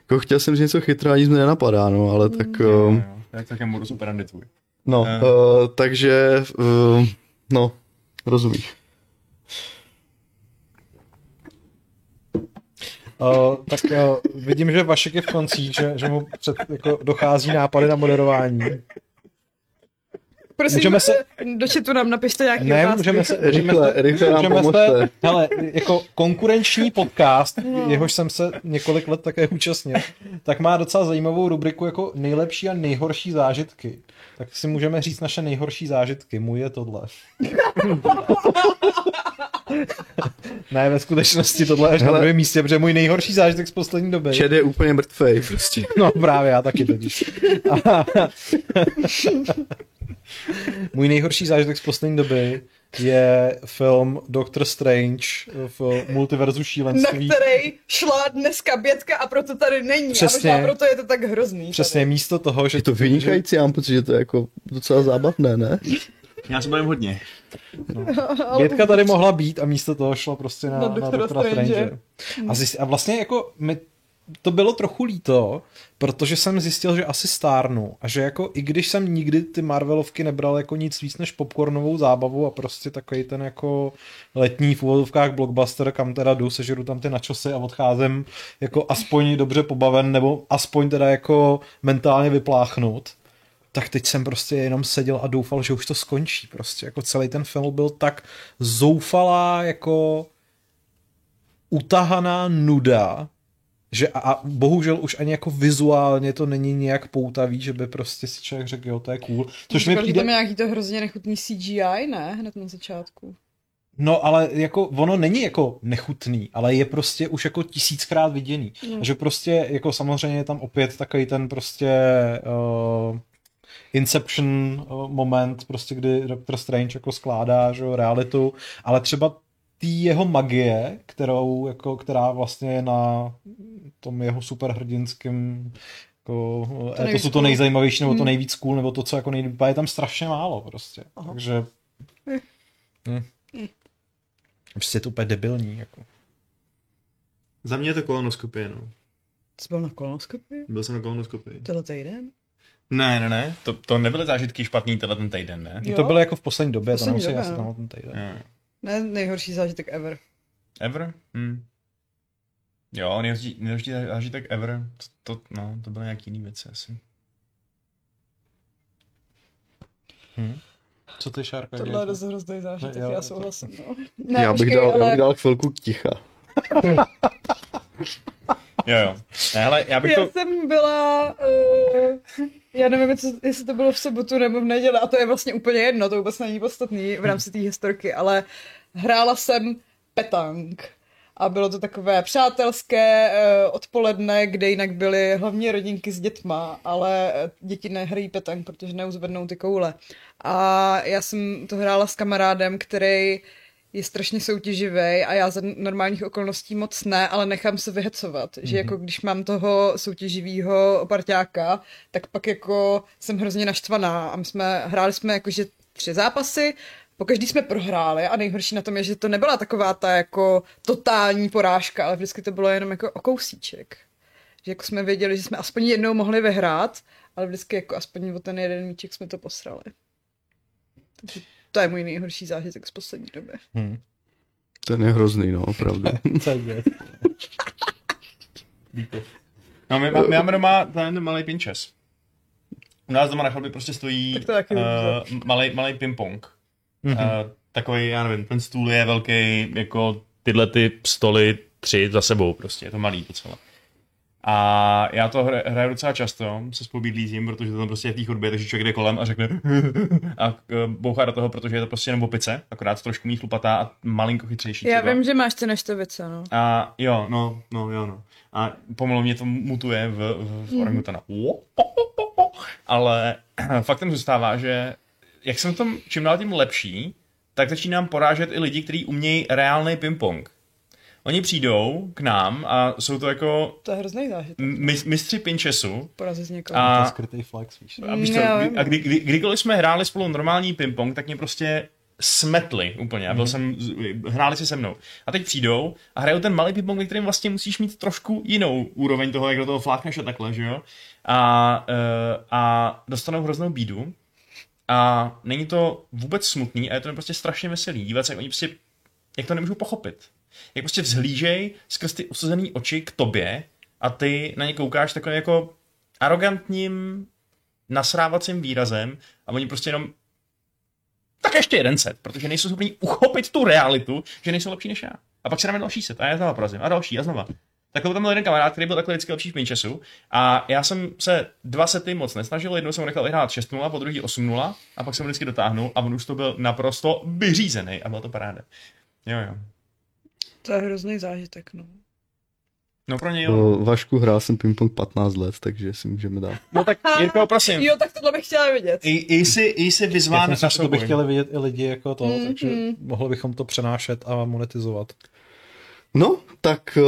Jako chtěl jsem říct něco chytrého, ani mě nenapadá, no, ale tak... eh,
Jo, Tak také modus operandi tvůj.
No,
Eh.
uh, takže... Uh, no, rozumíš.
Uh, tak uh, vidím, že Vašek je v koncích, že, že mu před, jako, dochází nápady na moderování.
Prosím,
Můžeme
můžeme
se-
se... do chatu nám napište nějaké
Ne,
otázky.
můžeme se... Můžeme
Rychle,
se-
rychle nám
můžeme
pomozte.
se, hele, jako konkurenční podcast, jehož jsem se několik let také účastnil, tak má docela zajímavou rubriku jako nejlepší a nejhorší zážitky. Tak si můžeme říct naše nejhorší zážitky. Můj je tohle. ne, ve skutečnosti tohle je až na
Hele.
druhém místě, protože můj nejhorší zážitek z poslední doby.
Čed je úplně mrtvej, prostě.
No právě, já taky totiž. A- Můj nejhorší zážitek z poslední doby je film Doctor Strange v multiverzu
na
šílenství.
který šla dneska bětka a proto tady není.
Přesně.
A možná proto je to tak hrozný.
Přesně, místo toho, že...
Je to vynikající, já mám pocit, že to je jako docela zábavné, ne?
Já se bavím hodně.
Větka tady mohla být a místo toho šla prostě na,
Na
na
Doktora
Doktora Strange.
Strange.
A, zjist, a vlastně jako mi to bylo trochu líto, protože jsem zjistil, že asi stárnu a že jako i když jsem nikdy ty Marvelovky nebral jako nic víc než popcornovou zábavu a prostě takový ten jako letní v úvodovkách blockbuster, kam teda jdu, sežeru tam ty načosy a odcházím jako aspoň dobře pobaven nebo aspoň teda jako mentálně vypláchnut, tak teď jsem prostě jenom seděl a doufal, že už to skončí prostě. Jako celý ten film byl tak zoufalá jako utahaná nuda, že a, a bohužel už ani jako vizuálně to není nějak poutavý, že by prostě si člověk řekl, jo, to je cool. Což mi
Říkal, že
přijde...
Tam je nějaký to hrozně nechutný CGI, ne? Hned na začátku.
No ale jako ono není jako nechutný, ale je prostě už jako tisíckrát viděný.
Mm.
Mm. Že prostě jako samozřejmě je tam opět takový ten prostě uh, Inception uh, moment, prostě kdy Doctor Strange jako skládá že, jo, realitu, ale třeba tý jeho magie, kterou, jako, která vlastně je na tom jeho superhrdinském jako,
To
to,
nejvíc
to, to
cool.
nejzajímavější, nebo
Mm.
to nejvíc cool, nebo to, co jako nejlíp, je tam strašně málo prostě.
Aha. Hm.
Aha. Takže Hm. prostě je to úplně debilní. Jako.
Za mě je to kolonoskopie, no.
Jsi byl na kolonoskopii?
Byl jsem na kolonoskopii.
Tenhle týden?
Ne, ne, ne. To, to nebyly zážitky špatný tenhle ten týden, ne?
Jo.
Jo? To bylo jako v poslední době, to
Poslední
nemusí
době,
asi
no.
tam ten týden.
Jo.
Ne, nejhorší zážitek ever.
Ever? Hm. Jo, nejhorší nejhorší zážitek ever. To, to, no, to byly nějaký jiný věci asi.
Co ty, Šárka?
Tohle je dost hrozný zážitek,
Ne, jo,
já
to-
souhlasím. No.
ne já, bych dal, já bych dal chvilku ticha.
Jo, jo. Ne, hele, já bych
Já
to...
jsem byla, uh, já nevím, co, jestli to bylo v sobotu nebo v neděli, a to je vlastně úplně jedno, to vůbec není podstatný v rámci té historky, ale hrála jsem petang. A bylo to takové přátelské eh, odpoledne, kde jinak byly hlavně rodinky s dětma, ale eh, děti nehrají petang, protože neuzvednou ty koule. A já jsem to hrála s kamarádem, který je strašně soutěživý a já za normálních okolností moc ne, ale nechám se vyhecovat, mm-hmm. že jako když mám toho soutěživého parťáka, tak pak jako jsem hrozně naštvaná a my jsme, hráli jsme jakože tři zápasy, po každý jsme prohráli a nejhorší na tom je, že to nebyla taková ta jako totální porážka, ale vždycky to bylo jenom jako o kousíček. Že jako jsme věděli, že jsme aspoň jednou mohli vyhrát, ale vždycky jako aspoň o ten jeden míček jsme to posrali. Takže to je můj nejhorší zážitek z poslední doby.
Ten je hrozný, no, opravdu.
No, my, my máme doma ten malý pinčes. U nás doma na chalbě prostě stojí
Tak to taky dobře.
malý, malý ping-pong. Mm-hmm. Uh, takový, já nevím, ten stůl je velký, jako tyhle ty stoly tři za sebou prostě, je to malý docela. A já to hra- hraju docela často, se spolu bydlízím, protože to tam prostě je v té chodbě, takže člověk jde kolem a řekne a eh, bouchá do toho, protože je to prostě jenom opice, akorát trošku méně chlupatá a malinko chytřejší.
Já
třeba.
vím, že máš ty neštovice, no.
A jo, no, no, jo, no. A pomalu mě to mutuje v, v,
Mhm.
v orangutana. Ale faktem zůstává, že jak jsem v tom čím dál tím lepší, tak začínám porážet i lidi, kteří umějí reálný ping-pong. Oni přijdou k nám a jsou to jako
To je hrozný zážitek,
mi- mistři pinčesu.
porazit někoho.
A-
To je skrytý flex, víš.
A, víš co,
Jo,
kdy,
jo.
a kdy, kdy, kdykoliv jsme hráli spolu normální ping-pong, tak mě prostě smetli úplně. A byl jsem, z- hráli si se mnou. A teď přijdou a hrajou ten malý ping-pong, ve kterém vlastně musíš mít trošku jinou úroveň toho, jak do toho flákneš a takhle, že jo? A, eh, a dostanou hroznou bídu. A není to vůbec smutný a je to prostě strašně veselý dívat se, jak oni prostě, jak to nemůžu pochopit. Jak prostě vzhlížej skrz ty usuzený oči k tobě a ty na ně koukáš takovým jako arrogantním nasrávacím výrazem a oni prostě jenom tak ještě jeden set, protože nejsou schopni uchopit tu realitu, že nejsou lepší než já. A pak se dáme další set a já znova porazím a další a znova. Takhle tam byl jeden kamarád, který byl takhle vždycky lepší v Minčesu a já jsem se dva sety moc nesnažil, jednou jsem ho nechal vyhrát 6-0, po druhý 8-0 a pak jsem ho vždycky dotáhnul a on už to byl naprosto vyřízený a byla to paráda. Jo, jo.
To je hrozný zážitek, no.
No pro něj jo.
Jo. Vašku hrál jsem ping-pong 15 let, takže si můžeme dát.
No tak Jirko, prosím.
Jo, tak tohle bych chtěla vidět.
I, i, si, i si
Já
vyzván
jsem
na
si, že to by
souboj.
chtěli vidět i lidi jako to, mm-hmm. takže mohli bychom to přenášet a monetizovat.
No, tak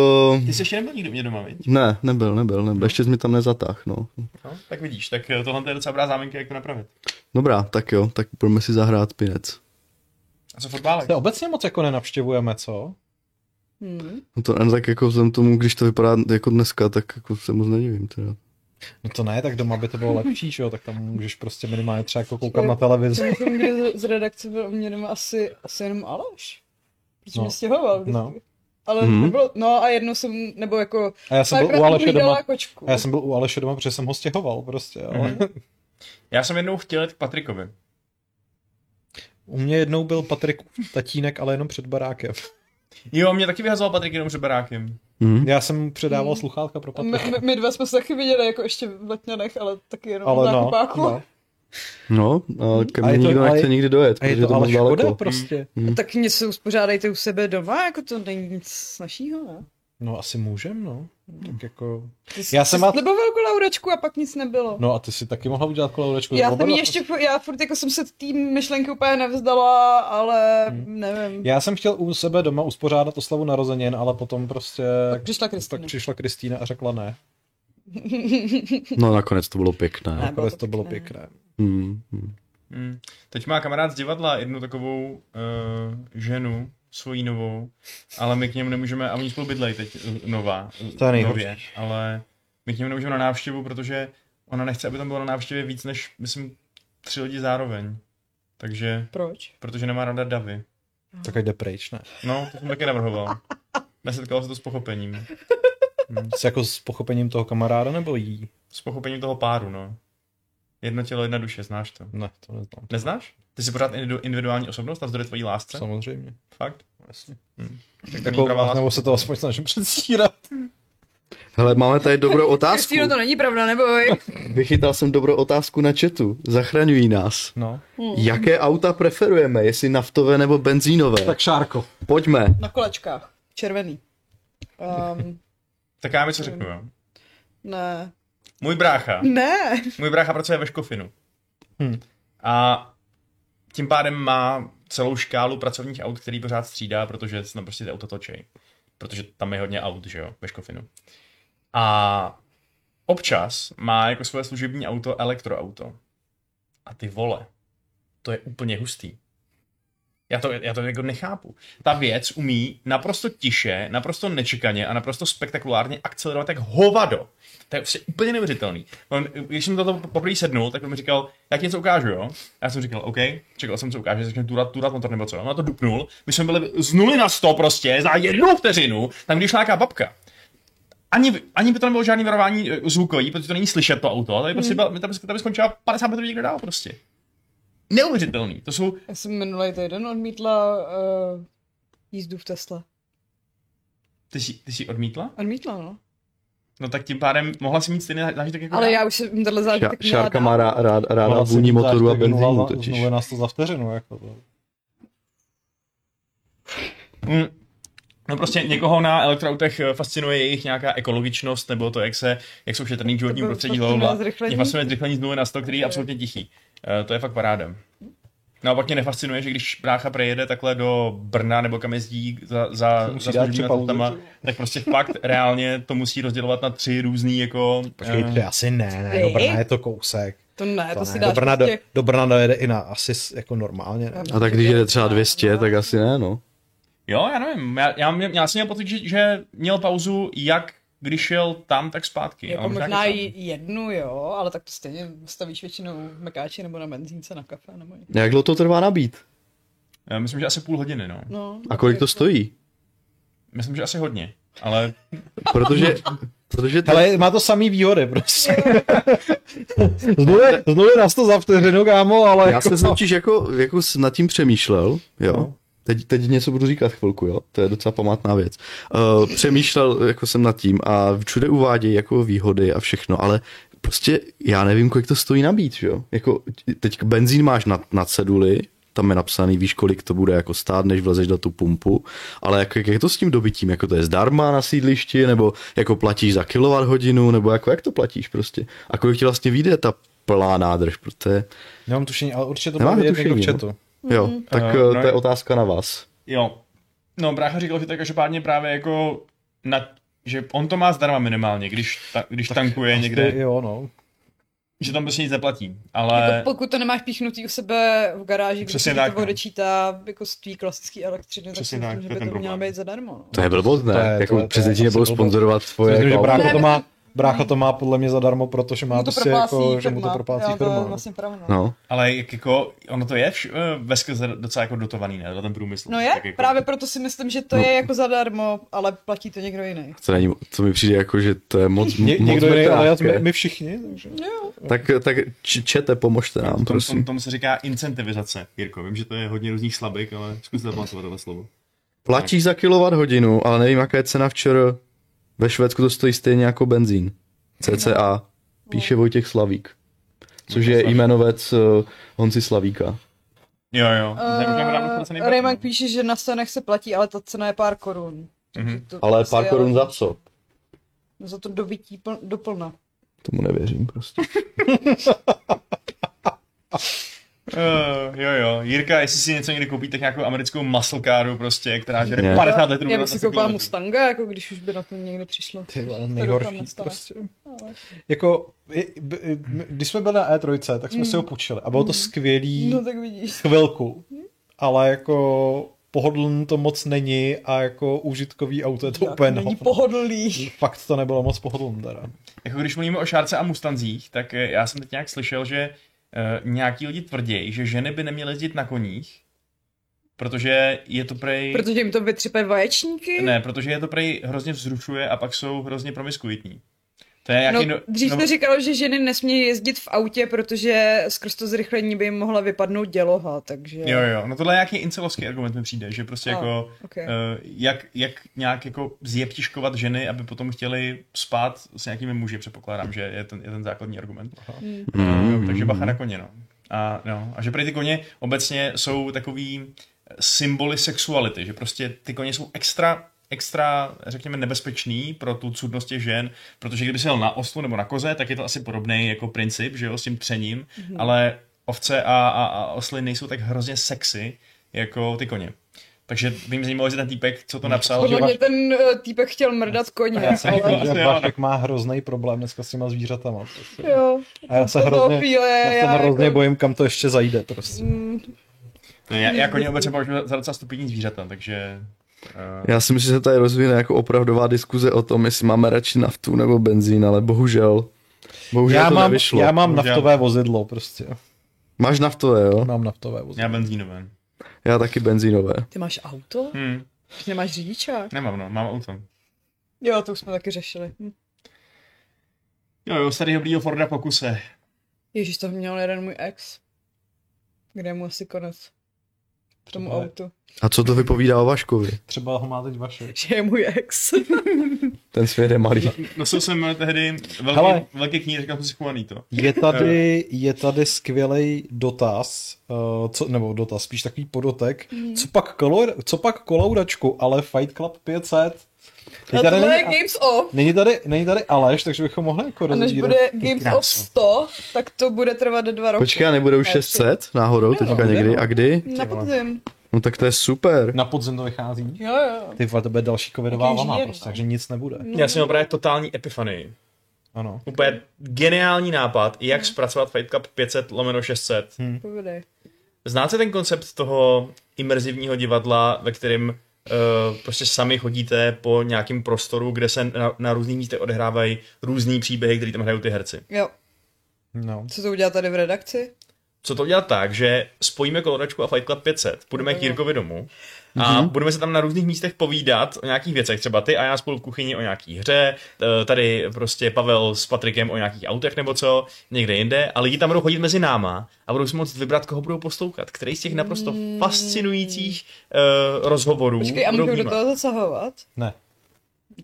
uh,
Ty jsi ještě nebyl nikdy u mě doma, viď?
ne, nebyl, nebyl, nebyl, ještě jsi mi tam nezatáh, no.
No, tak vidíš, tak eh, tohle je docela dobrá záminka, jak to napravit.
Dobrá, tak jo, tak budeme si zahrát pinec.
A co fotbálek?
To obecně moc jako nenavštěvujeme, co?
Hmm.
No to ne, tak jako vzhledem k tomu, když to vypadá jako dneska, tak jako se moc nedivím teda.
No to ne, tak doma by to bylo lepší, že jo, tak tam můžeš prostě minimálně třeba jako koukat na televizi.
Jsem kdy z- z redakce byl u mě doma asi, asi jenom Aleš. Protože
No.
no. mě stěhoval.
No.
Ale
Mhm.
hmm. nebylo, no a jednou jsem, nebo jako,
A já jsem byl
párkrát
u
jsem
Aleše
hlídala
doma.
kočku.
A já jsem byl u Aleše doma, protože jsem ho stěhoval prostě, ale
Mhm. Já jsem jednou chtěl jít k Patrikovi.
u mě jednou byl Patrik tatínek, ale jenom před barákem.
Jo, mě taky vyhazoval Patrik jenom před barákem.
Mhm.
Já jsem mu předával
Mhm.
sluchátka pro
My,
Patrika.
my- my, dva jsme se taky viděli jako ještě v Letňanech, ale taky jenom
Ale
na
no,
kupáku.
no.
No, a ke
A je
mně
to-
nikdo
a je-
nechce nikdy dojet,
A je
protože je
to
to
ale
moc
škoda
daleko.
prostě.
Tak něco uspořádejte u sebe doma, jako to není nic snažšího, ne?
No asi můžem, no. Tak jako...
Ty jsi,
Já jsem má-
sliboval kolauračku a pak nic nebylo.
No a ty si taky mohla udělat kolovačku.
já jsem ji ještě, fu- já furt jako jsem se té myšlenky úplně nevzdala, ale
Mhm.
hmm. nevím.
Já jsem chtěl u sebe doma uspořádat oslavu narozenin, ale potom prostě...
Pak přišla Kristýna.
Tak přišla Kristýna a řekla ne.
No nakonec to bylo pěkné.
Ne.
Nakonec
to
to bylo
pěkné.
pěkné.
Mhm. mhm.
Hmm. Teď má kamarád z divadla jednu takovou uh, ženu, svojí novou, ale my k němu nemůžeme, a oni spolu bydlej teď eh, nová, eh,
To je nejhorší.
nově, ale my k němu nemůžeme na návštěvu, protože ona nechce, aby tam bylo na návštěvě víc než, myslím, tři lidi zároveň. Takže,
Proč?
protože nemá ráda davy.
Tak ať jde pryč, ne?
No, to jsem taky navrhoval. Nesetkalo se to s pochopením.
S jako s pochopením toho kamaráda nebo jí?
S pochopením toho páru, no. Jedno tělo, jedna duše, znáš to.
Ne, to neznám.
Neznáš? Ty jsi pořád individu- individuální osobnost a vzdory tvojí lásce?
Samozřejmě.
Fakt? Hm.
Jasně.
Tak to není pravá
Jako,
láska.
nebo se to aspoň snažím předstírat.
Hele, máme tady dobrou otázku.
Kristýno, to není pravda, neboj.
Vychytal jsem dobrou otázku na chatu. Zachraňují nás.
No.
Jaké auta preferujeme, jestli naftové nebo benzínové? Tak
Tak Šárko.
pojďme.
Na kolečkách. Červený. Um,
Tak já mi co řeknu, jo.
ne.
Můj brácha,
Ne.
můj brácha pracuje ve Škofinu.
Hm.
A tím pádem má celou škálu pracovních aut, který pořád střídá, protože se tam prostě ty auta točej. Protože tam je hodně aut, že jo, ve Škofinu. A občas má jako svoje služební auto elektroauto. A ty vole, to je úplně hustý. Já to, já to jako nechápu. Ta věc umí naprosto tiše, naprosto nečekaně a naprosto spektakulárně akcelerovat jak hovado. To je prostě úplně neuvěřitelný. On, když jsem toto poprvé sednul, tak on mi říkal, já ti něco ukážu, jo? Já jsem říkal, OK, čekal jsem, co ukáže, začne turat, turat motor nebo co. On na to dupnul, my jsme byli z nuly na sto prostě, za jednu vteřinu, tam když láká babka ani, ani by to nebylo žádný varování eh, zvukový, protože to není slyšet to auto, ale prostě byla, tam, by- tam by skončila 50 metrů někde dál prostě. Neuvěřitelný, to jsou,
Já jsem minulý týden odmítla uh, jízdu v Tesla.
ty jsi, ty jsi odmítla?
Odmítla, no.
No tak tím pádem mohla si mít stejný zážitek jako
Ale
já.
já už jsem tenhle zážitek
Ša-
měla
šárka
dávno.
má rá, rá, ráda
Ona si mi
vůni motoru a
zaštěgnula za-
benzínu totiž.
Znovu nás to za vteřinu, jako to.
Mm. No prostě někoho na elektroautech eh, fascinuje jejich nějaká ekologičnost, nebo to, jak, se, jak jsou šetrný k životnímu
bylo
prostředí,
fascinuje
blablabla.
zrychlení.
Mě fascinuje zrychlení z nuly na 100, který je absolutně tichý. Eh, To je fakt paráda. Naopak mě nefascinuje, že když brácha prejede takhle do Brna nebo kam jezdí za, za,
musí
za
dát tři
služebníma
pauzy,
autama,
že jo?
tak prostě fakt reálně to musí rozdělovat na tři různý jako... eh,
Počkejte, asi ne, ne, do Brna je to kousek.
To ne, to,
To
si
ne,
dáš
do Brna, do,
prostě...
do Brna dojede i na asi s- jako normálně, ne?
A tak když jede třeba 200, tak asi ne, no.
Jo, já nevím, já, já, mě- já jsem měl pocit, že, že měl pauzu jak když šel tam, tak zpátky.
Jako
ale možná
možná
kecám.
i jednu, jo, ale tak to stejně stavíš většinou v mekáči nebo na benzínce na kafe nebo něco.
Jak dlouho to trvá nabít?
Eh, Myslím, že asi půl hodiny, no.
No,
A kolik to stojí?
Myslím, že asi hodně, ale
Protože, protože t-
Hele, má to samý výhody, prostě. Znuje, znuje nás to za vteřinu, kámo, ale
já
jako...
jsem totiž jako, jako s- nad tím přemýšlel, jo.
No.
Teď, teď něco budu říkat chvilku, jo. To je docela památná věc. Uh, přemýšlel jako jsem nad tím a všude uvádějí jako výhody a všechno, ale prostě já nevím, kolik to stojí nabít, jo. Jako teď benzín máš na, na ceduli, tam je napsaný, víš, kolik to bude jako stát, než vlezeš na tu pumpu, ale jak, jak je to s tím dobitím, jako to je zdarma na sídlišti, nebo jako platíš za kilowatt hodinu, nebo jako jak to platíš prostě a kolik ti vlastně vyjde ta plná nádrž, protože
Nemám tušení, ale určitě to
Nemáme
bylo vidět
tušení,
někdo v
no.
chatu.
jo, tak
Eh,
eh,
no
to je
jo.
otázka na vás.
Jo. No, brácha říkal, že to je každopádně právě jako, na, že on to má zdarma minimálně, když, ta, když tankuje
To
někde,
Prostě.
je- Jo, no.
že tam prostě nic neplatí,
Jako
ale...
pokud to nemáš píchnutý u sebe v garáži, když
Přesně
se ti
tak,
to
no.
odečítá jako z tvý klasický elektřiny, tak
Přesně
si
tak, to
myslím, že
je
by
ten
to mělo
problém.
být zadarmo. No.
To je blbost, ne?
To je- to
jako
je- to je
přesně
asi
nebudou
blbost.
sponzorovat svoje
Myslím, že
jako
Brácho
Ne,
to
ne,
má,
ne.
Brácha to má podle mě zadarmo, protože má
Mu
prostě jako, že mu to
firma.
proplácí
Já,
firma.
To je
no.
vlastně pravda. No.
No,
Ale jak jako, ono to je vš, eh, ve skrze docela jako dotovaný, ne? Ten průmysl.
no je,
tak jako,
právě proto si myslím, že to
No.
je jako zadarmo, ale platí to někdo jiný.
to není, to mi přijde jako, že to je moc,
Ně,
moc
někdo jiný, ale já,
veteránské.
my, my všichni, takže.
Jo.
Tak, eh, tak č- čete, pomožte nám,
Tom, tom,
prosím.
tom, se říká incentivizace, Jirko. Vím, že to je hodně různých slabik, ale zkus zapamatovat tohle slovo.
Platíš za kilowatt hodinu, ale nevím, jaká je cena včera. Ve Švédsku to stojí stejně jako benzín. CCA. Píše Vojtěch Slavík. Což je jmenovec eh, Honzi Slavíka.
Jo, jo.
Eh, Uh, Rayman píše, že na stanech se platí, ale ta cena je pár korun. Takže
Mhm.
to-
Ale
to
pár
je-
korun za co?
Za to dobytí pl- doplna.
Tomu nevěřím prostě.
Uh, jo, jo. Jirka, jestli si něco někdy koupí, tak nějakou americkou muscle caru prostě, která žere
Ne.
50 litrů. no,
Já
na
bych si
10
koupila
kilometrů.
Mustanga, jako když už by na to někdo přišlo.
Ty vole,
doufám,
nejhorší
nestane.
prostě. Jako, i- b- i- m- když jsme byli na E3, tak jsme si ho půjčili a bylo to skvělý
Mm. No Mm. tak vidíš.
chvilku, ale jako pohodlný to moc není a jako užitkový auto je to úplně
Není
no.
pohodlný.
Fakt to nebylo moc pohodlný teda.
Jako když mluvíme o šárce a mustanzích, tak eh, já jsem teď nějak slyšel, že uh, nějaký lidi tvrdí, že ženy by neměly jezdit na koních, protože je to prej...
Protože jim to vytřepe vaječníky?
Ne, protože je to prej hrozně vzrušuje a pak jsou hrozně promiskuitní. To je
No,
nějaký...
dřív jste říkalo, že ženy nesmějí jezdit v autě, protože skrz to zrychlení by jim mohla vypadnout děloha, takže...
Jo, jo, no tohle je nějaký incelovský argument mi přijde, že prostě
A,
jako,
ok.
eh, jak, jak nějak jako zjeptiškovat ženy, aby potom chtěli spát s nějakými muži, předpokládám, že je ten, je ten základní argument. Jo, takže bacha na koně, no. A, no. a že prý ty koně obecně jsou takový symboly sexuality, že prostě ty koně jsou extra extra, řekněme, nebezpečný pro tu cudnost těch žen, protože kdyby se jel na oslu nebo na koze, tak je to asi podobný jako princip, že jo, s tím třením, mm-hmm. ale ovce a, a, a osly nejsou tak hrozně sexy jako ty koně. Takže by mě zajímalo, že ten týpek, co to napsal, že
Podle mě ten eh, týpek chtěl mrdat koně,
Já jsem-
ale...
asi
Že
jo, no.
Vašek má hrozný problém dneska s těma zvířatama. Prostě.
Jo,
A já se
To bylo
hrozně,
chvíle,
já se
já
hrozně
jako-
bojím, kam to ještě zajde prostě.
ne, já, jako já koně obecně považuji za docela stupidní zvířata, takže... eh,
Já si myslím, že se tady rozvine jako opravdová diskuze o tom, jestli máme radši naftu nebo benzín, ale bohužel. Bohužel
Já
to
mám,
nevyšlo.
já mám
Bohužel.
naftové vozidlo prostě.
Máš naftové, jo?
Mám naftové vozidlo.
Já benzínové.
Já taky benzínové.
Ty máš auto?
Hm,
Ty nemáš řidičák?
nemám, no, mám auto.
Jo, to už jsme taky řešili. Hm.
Jo, jo, starého blího Forda pokuse.
Ježíš, to měl jeden můj ex. Kde mu asi konec? K tomu
Třeba-
autu.
A co to vypovídá o Vaškovi?
Třeba ho má teď Vašek.
Že je můj ex.
Ten svět je malý.
Nosil jsem ale tehdy velký,
Hele.
velký kníh, říkal jsem si chovaný to.
Je tady, je tady skvělý dotaz, eh, co, nebo dotaz, spíš takový podotek.
Mhm.
Co pak, kolor, co pak kolaudačku, ale Fight Club 500? Je
A
tady,
tohle je
není,
Games Off.
není, tady, není tady Aleš, takže bychom mohli jako
A než
rozvírat.
bude Games
kráso.
Off 100, tak to bude trvat dva roky.
Počkej, a nebude už
Ne,
600 náhodou teďka
No.
někdy? A kdy?
Na podzim.
No tak to je super.
Na podzim to vychází.
Jo, jo.
Ty vole, to bude další covidová
Jaký
vlna,
inženýr,
prostě,
no.
takže nic nebude.
Já jsem měl právě totální epifanii.
Ano.
Úplně geniální nápad,
Mhm.
jak zpracovat Fight Club 500 lomeno 600. Hmm.
Povídej.
Znáte ten koncept toho imerzivního divadla, ve kterém uh, prostě sami chodíte po nějakém prostoru, kde se na, na různých místech odehrávají různý příběhy, které tam hrajou ty herci.
Jo,
No.
co to udělá tady v redakci?
co to udělat tak, že spojíme koloračku a Fight Club 500, půjdeme k Jirkovi domů a mm-hmm. budeme se tam na různých místech povídat o nějakých věcech, třeba ty a já spolu v kuchyni o nějaký hře, eh, tady prostě Pavel s Patrikem o nějakých autech nebo co, někde jinde a lidi tam budou chodit mezi náma a budou si moc vybrat, koho budou poslouchat, který z těch naprosto fascinujících uh, rozhovorů
Hmm. Počkej, a
budou
můžu do
vnímat.
toho zasahovat?
Ne.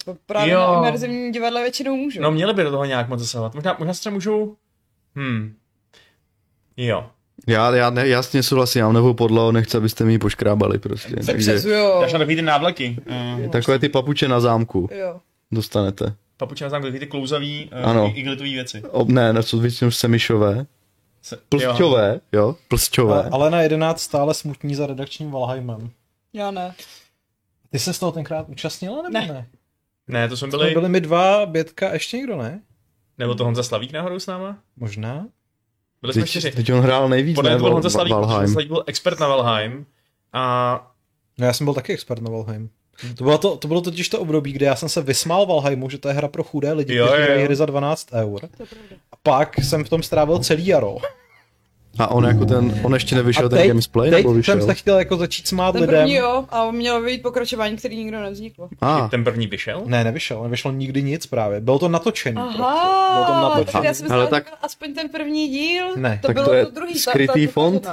To právě
Jo.
jo. na imerzivní divadle většinou můžu.
No měli by do toho nějak moc zasahovat, možná, možná se tam můžou... Hmm. Jo.
Já, já ne, jasně souhlasím, já mám novou podlahu, nechci, abyste mi ji poškrábali prostě.
Tak
Takže
přes, jo.
Dáš na takový ty návleky. Uh,
takové ty papuče na zámku
jo.
dostanete.
papuče na zámku, takový ty klouzavý,
Ano.
uh, iglitové věci.
O, ne, ne, jsou většinou semišové.
Se, jo.
Plsťové, jo? Plsťové.
Ale, ale na 11 stále smutní za redakčním Valheimem.
Já ne.
Ty se z toho tenkrát účastnila nebo ne?
Ne.
ne?
Ne, to jsme
To
byli,
byli my dva, Bětka a ještě někdo, ne?
nebo to Honza Slavík náhodou s náma?
Možná?
Byli jsme
Teď,
čtyři.
teď on hrál nejvíc,
Podle
ne?
mě to byl
Val-
Honza Slavík, protože Honza
Valheim.
Slavík byl expert na Valheim. A
No já jsem byl taky expert na Valheim. To bylo, to, to bylo totiž to období, kde já jsem se vysmál Valheimu, že to je hra pro chudé lidi,
Jo,
kteří
jo, jo.
hrají hry za 12 eur. A pak jsem v tom strávil celý jaro.
A on jako ten, on ještě nevyšel
A
ten
teď,
Gamesplay,
teď
nebo vyšel?
jsem se chtěl jako začít smát
Ten
lidem.
první jo, a mělo být pokračování, který nikdo nevzniklo.
A,
i ten první vyšel?
Ne, nevyšel, nevyšlo nikdy nic právě. Bylo to natočený.
Prostě.
Bylo to
Aha,
natočený.
tak já jsem myslela,
Ale tak-
tak... aspoň ten první díl,
Ne.
to
Tak
bylo
to je
to druhý.
skrytý fond?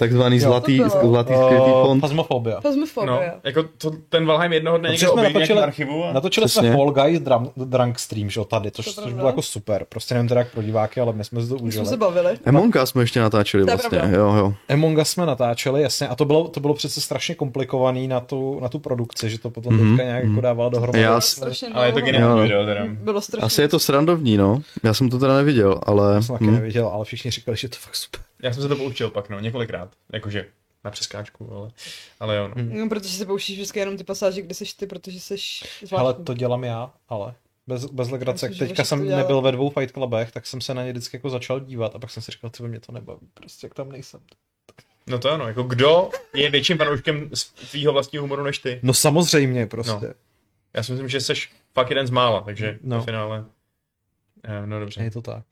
takzvaný zlatý,
bylo.
zlatý skrytý
Eh,
fond.
Phasmophobia.
No,
Pozmofobia.
jako to, ten Valheim jednoho dne
No,
někde
přesně jsme
objeví v nějakém
natočili-
archivu a
Natočili
Přesně.
jsme Fall Guys drunk, drunk Stream, že jo, tady, což,
To
což
pravda.
bylo jako super. Prostě nevím teda jak pro diváky, ale my jsme si to
Už jsme
užili.
se bavili.
Emonka jsme ještě natáčeli
To je
vlastně,
pravda.
jo, jo.
Among Us jsme natáčeli, jasně, a to bylo, to bylo přece strašně komplikovaný na tu, na tu produkci, že to potom mm-hmm. teďka nějak jako dával dohromady.
Já
Bylo
s-
strašně
Ale je to
dlouho.
geniální
Jo.
video teda.
Bylo strašně.
Asi je to srandovní, no. Já jsem to teda neviděl, ale...
jsem taky
Hm.
nevěděl, ale všichni říkali, že je to fakt super.
Já jsem se to poučil pak, no, několikrát. Jakože na přeskáčku, ale, ale jo, no.
Hmm.
No, protože se pouštíš vždycky jenom ty pasáže, kde seš ty, protože seš zvláštní.
Ale to dělám já, ale. Bez, bez legrace.
Myslím, že
Teďka
bych to
jsem
dělala.
nebyl ve dvou Fight Clubech, tak jsem se na ně vždycky jako začal dívat a pak jsem si říkal, co mě to nebaví, prostě jak tam nejsem.
No to ano, jako kdo je větším fanouškem svého vlastního humoru než ty?
No samozřejmě, prostě.
Já si myslím, že jsi fakt jeden z mála, takže no.
No.
v finále... Eh, No
No. Je
dobře.
to tak.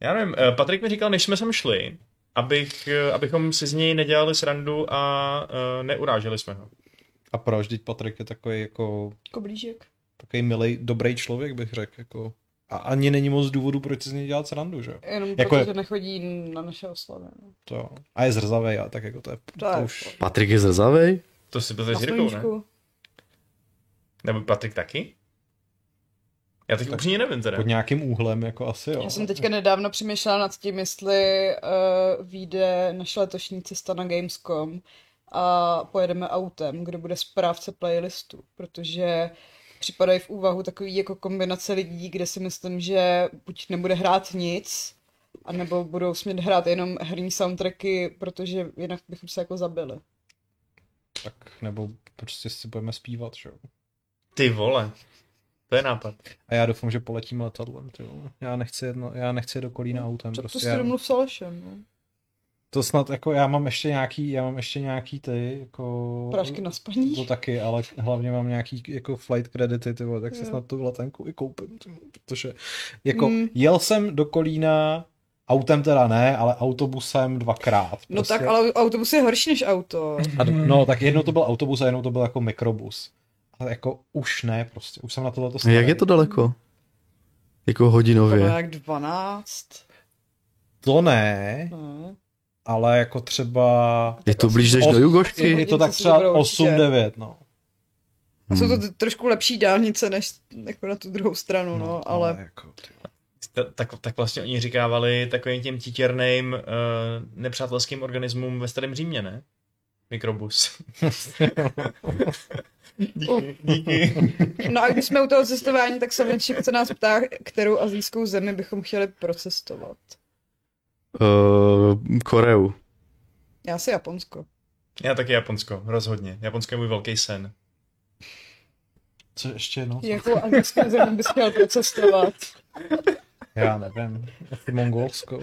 Já nevím, eh, Patrik mi říkal, než jsme sem šli, abych, eh, abychom si z něj nedělali srandu a eh, neuráželi jsme ho.
A proč? Teď Patrik je takový jako
Koblížek.
takový milej, dobrý člověk, bych řekl. Jako. A ani není moc důvodu, proč si z něj dělat srandu, že? jo?
Jenom
Jako
proto,
je-
že nechodí na naše oslavy. no.
To jo. A je zrzavý, ale tak jako to je, to,
je-
už...
Patrik je zrzavej?
To si byl
Na
s Jirkou, ne?
sluníčku.
Nebo Patrik taky? Já teď
Tak
upřímně nevím teda.
Pod nějakým úhlem, jako asi jo.
Já jsem teďka nedávno přemýšlela nad tím, jestli uh, vyjde naše letošní cesta na Gamescom a pojedeme autem, kde bude správce playlistu, protože připadají v úvahu takový jako kombinace lidí, kde si myslím, že buď nebude hrát nic, anebo budou smět hrát jenom herní soundtracky, protože jinak bychom se jako zabili.
Tak, nebo prostě si budeme zpívat, že jo.
Ty vole. To je nápad.
A já doufám, že poletím letadlem, ty vole. Já nechci, jedno, já nechci jet do Kolína autem,
No, To, to
prostě.
si
já,
domluv s Alešem, no.
to snad jako já mám ještě nějaký, já mám ještě nějaký ty, jako...
no? Prášky na spaní.
To taky, ale hlavně mám nějaký jako flight kredity, ty vole, tak si
Jo.
snad tu letenku i koupím, ty vole, protože jako
Mm.
jel jsem do Kolína, autem teda ne, ale autobusem dvakrát. Prostě.
No tak, ale autobus je horší než auto.
A, d- no tak jednou to byl autobus a jednou to byl jako mikrobus. A jako už ne, prostě, už jsem na tohle to
Jak je to daleko? Jako
To bylo
hodinově.
jak 12.
To ne,
No.
ale jako třeba...
Je to blíž než
Os-
do Jugošky?
Je to tak
To si
třeba
dobrou,
8-9, no.
Hm.
A jsou to t- trošku lepší dálnice než jako na tu druhou stranu, Hmm. no, ale
jako, ty vole.
Ta- tak, tak vlastně oni říkávali takovým těm titěrným uh, nepřátelským organismům ve starém Římě, ne? Mikrobus. díky, díky.
no a když jsme u toho cestování, tak samozřejmě se nás ptá, kterou azijskou zemi bychom chtěli procestovat.
Eh, Koreu.
Já si Japonsko.
Já taky Japonsko, rozhodně. Japonsko je můj velký sen.
Co ještě, no?
Jakou azijskou zemi bys chtěl procestovat?
Já nevím, asi Mongolsko.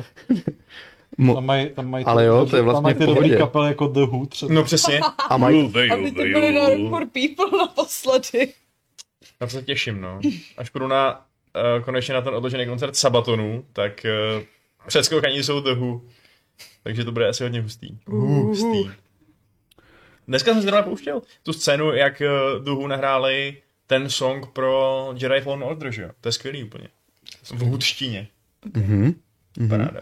Mo-
Tam mají, tam mají
Ale jo, to je
tam
vlastně
mají
v
ty dobrý
pohodě.
kapely jako The Who třeba.
No přesně,
A mají,
Aby to byly na Rock for People naposledy.
na to se těším, no. Až půjdu na, uh, konečně na ten odložený koncert Sabatonu, tak uh, přeskokaní jsou The Who. Takže to bude asi hodně hustý. Hustý. Dneska jsem zrovna pouštěl tu scénu, jak eh, The Who nahráli ten song pro Jedi Fallen Order, že jo? To je skvělý úplně. V hudštině.
Mhm.
Paráda.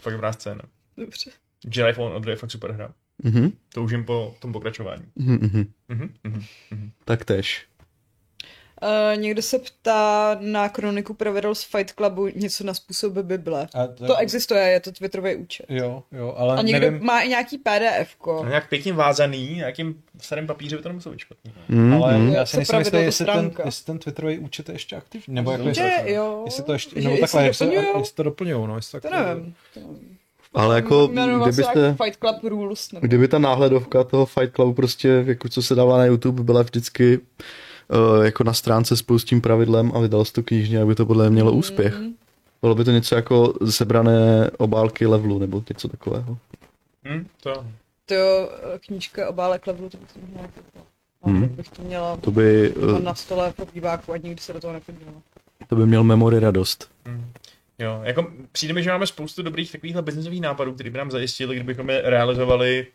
Fakt dobrá scéna.
Dobře.
Jedi Fallen Order je fakt super hra.
Mhm.
Toužím po tom pokračování.
Mhm. Mhm.
Mhm, mhm.
Tak tež.
Uh, někdo se ptá na kroniku pravidel z Fight Clubu něco na způsob Bible.
A
To existuje, je to Twitterový účet.
Jo, jo, ale
A někdo
nevím,
má i nějaký pdf
No, nějak pěkně vázaný, nějakým starým papíře by to nemuselo být špatný.
Mm,
ale
mm.
já si
Hmm, Co
nejsem jistý,
pravidlo, to
jestli ten,
stránka.
jestli ten Twitterový účet je ještě aktivní, nebo jako
Určitě,
jestli,
jo.
jestli to ještě,
Že
nebo
jestli
takhle, jestli,
doplňujou?
jestli to doplňují, no, jestli
To
tak-
nevím. To nevím.
Ale jako,
Jmenoval se
kdybyste...
jak vlastně Fight Club Rules. Nebo...
Kdyby ta náhledovka toho Fight Clubu prostě, jako co se dává na YouTube, byla vždycky uh, jako na stránce s pustím pravidlem a vydal se to knižně, aby to podle mě mělo úspěch. Bylo by to něco jako sebrané obálky levelu nebo něco takového.
Hm, to.
To jo, knížka obálek levelu, to bych to možná koupila.
Mhm.
Hmm. bych to měla
To by,
to
uh,
na stole jako pro býváku a nikdy se do toho nepodívala.
to by měl memory radost.
Jo, jako přijde mi, že máme spoustu dobrých takovýchhle biznisových nápadů, které by nám zajistili, kdybychom je realizovali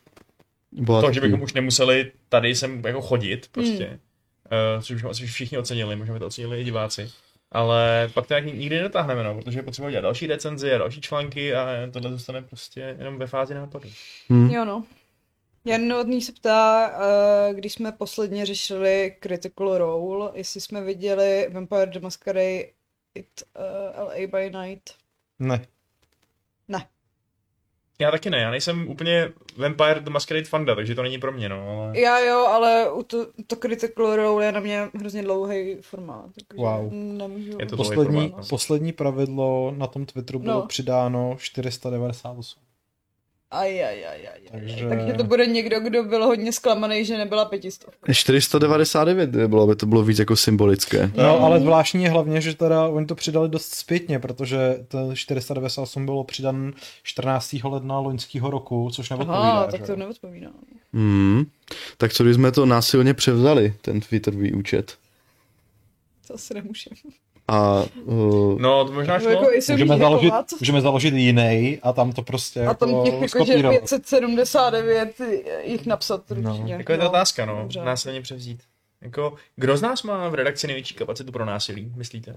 Bohatý.
to, že bychom už nemuseli tady sem jako chodit prostě. Hmm. Uh, což bychom asi všichni ocenili, možná by to ocenili i diváci. Ale pak to nějak nikdy nedotáhneme, no, protože je potřeba dělat další recenzi a další články a tohle zůstane prostě jenom ve fázi nápadu.
Hm.
Jo no. Jan Novotný se ptá, eh, když jsme posledně řešili Critical Role, jestli jsme viděli Vampire the Masquerade It eh, LA by Night.
Ne.
Já taky ne, já nejsem úplně Vampire the Masquerade fanda, takže to není pro mě, no, ale...
Já jo, ale u to, to Critical Role je na mě hrozně dlouhý formát. Takže
Wow.
Nemůžu.
Je to dlouhý
Poslední,
formát, no.
poslední pravidlo na tom Twitteru bylo
No.
přidáno 498.
Aj, aj, aj, aj,
Takže-
Takže... Takže
Hmm.
to bude někdo, kdo byl hodně zklamaný, že nebyla pětistovka.
499 by bylo, by to bylo víc jako symbolické.
No, ale zvláštní je hlavně, že teda oni to přidali dost zpětně, protože ten 498 bylo přidan 14. ledna loňského roku, což neodpovídá.
Aha,
že
tak to
jo?
neodpovídá.
Hmm. Tak co když jsme to násilně převzali, ten Twitterový účet?
To asi nemůžeme.
A uh,
No, to možná
Nebo
šlo.
jako, jestli
Můžeme
umíš
založit,
hackovat,
můžeme založit jiný a tam to prostě
A tam těch
jako
jako, že
skopírovat.
579 jich napsat
No.
ručně.
Jako je to otázka, no,
dobře.
násilně převzít. Jako, kdo z nás má v redakci největší kapacitu pro násilí, myslíte?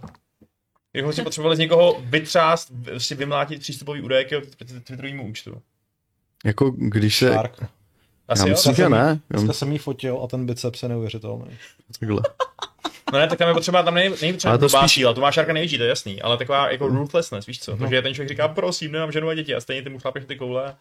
Jako
Hm.
si potřebovali z někoho vytřást, v- si vymlátit přístupový údaj k jeho t- Twitterovému účtu.
jako když se...
Shark.
Já
Asi jo?
myslím, že ne. Já
Dneska jsem jí fotil a ten biceps je neuvěřitelný.
Takhle.
No ne, tak tam je potřeba, tam není není potřeba
Ale to
to
spíš- Hm.
spíš... síla, to má Šárka největší, to je jasný, ale taková jako ruthlessness, víš co? Takže ten člověk říká, prosím, nemám ženu a děti a stejně ty mu chlápeš ty koule. a,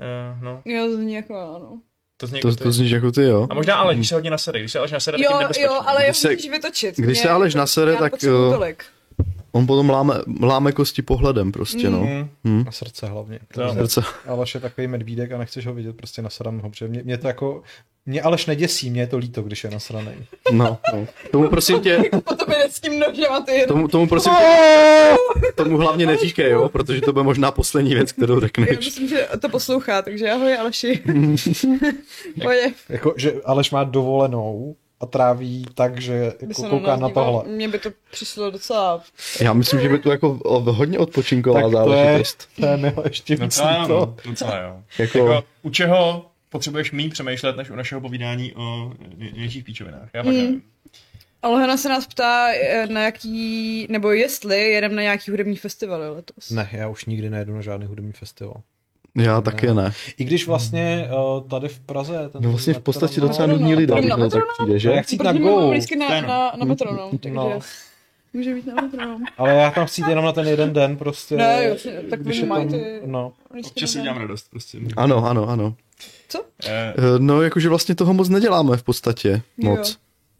eh, no,
Jo, zní jako ano.
to z
To, to zníš jako ty, jo.
A možná ale, když se hodně nasede, když se Aleš nasede, tak je
Jo,
nebezpečný.
jo, ale je
Když se-
musíš vytočit.
když
Mě
se Aleš
to-
nasere,
já
tak,
potřebuju
jo.
tolik.
On potom láme, láme kosti pohledem prostě, no.
Mm.
A srdce hlavně.
jo.
Protože
Srdce.
Aleš je takový medvídek a nechceš ho vidět, prostě nasadám ho, protože mě, mě to jako... Mě Aleš neděsí, mě je to líto, když je nasraný.
No. no. Tomu prosím tě,
Po tobě jde s tím nožem a ty jedeš.
tomu, tomu prosím tě, tomu hlavně neříkej, jo, protože to bude možná poslední věc, kterou
Já
řekneš.
myslím, že to poslouchá, takže ahoj Aleši. Pojď,
Jako, že Aleš má dovolenou a tráví tak, že
by
jako
se No,
kouká
nás
na
díval.
tohle.
Mně by to přišlo docela...
Já myslím, že by to jako o- hodně odpočinková
Tak to je-
záležitost.
To je Milo ještě víc
Docela,
líto.
no, docela jo.
Jako,
Jako, u čeho potřebuješ méně přemýšlet, než u našeho povídání o ně- něčích píčovinách? Já fakt
Hmm.
Mm.
nevím.
Alhena se nás ptá, eh, na jaký, nebo jestli jedem na nějaký hudební festival letos.
Ne, já už nikdy nejedu na žádný hudební festival.
já taky ne.
I když vlastně uh, tady v Praze... Ten
No vlastně v
metronóm-
podstatě docela
no,
nudní
no,
lidé,
no,
když
no,
mi to
no,
tak
no,
přijde, že?
Já chci jít na
Protože my máme
go,
vždycky na,
Ten.
na, na patronom, takže
No.
může být na patronom.
ale já tam chci jít jenom na ten jeden den prostě.
Ne, No, jo, tak
když
oni
je
mají ty-
No,
Vždycky
Občas si
na-
dělám radost, prostě.
Ano, ano, ano.
Co?
Eh,
Eh, No, jakože vlastně toho moc neděláme v podstatě
Jo.
moc.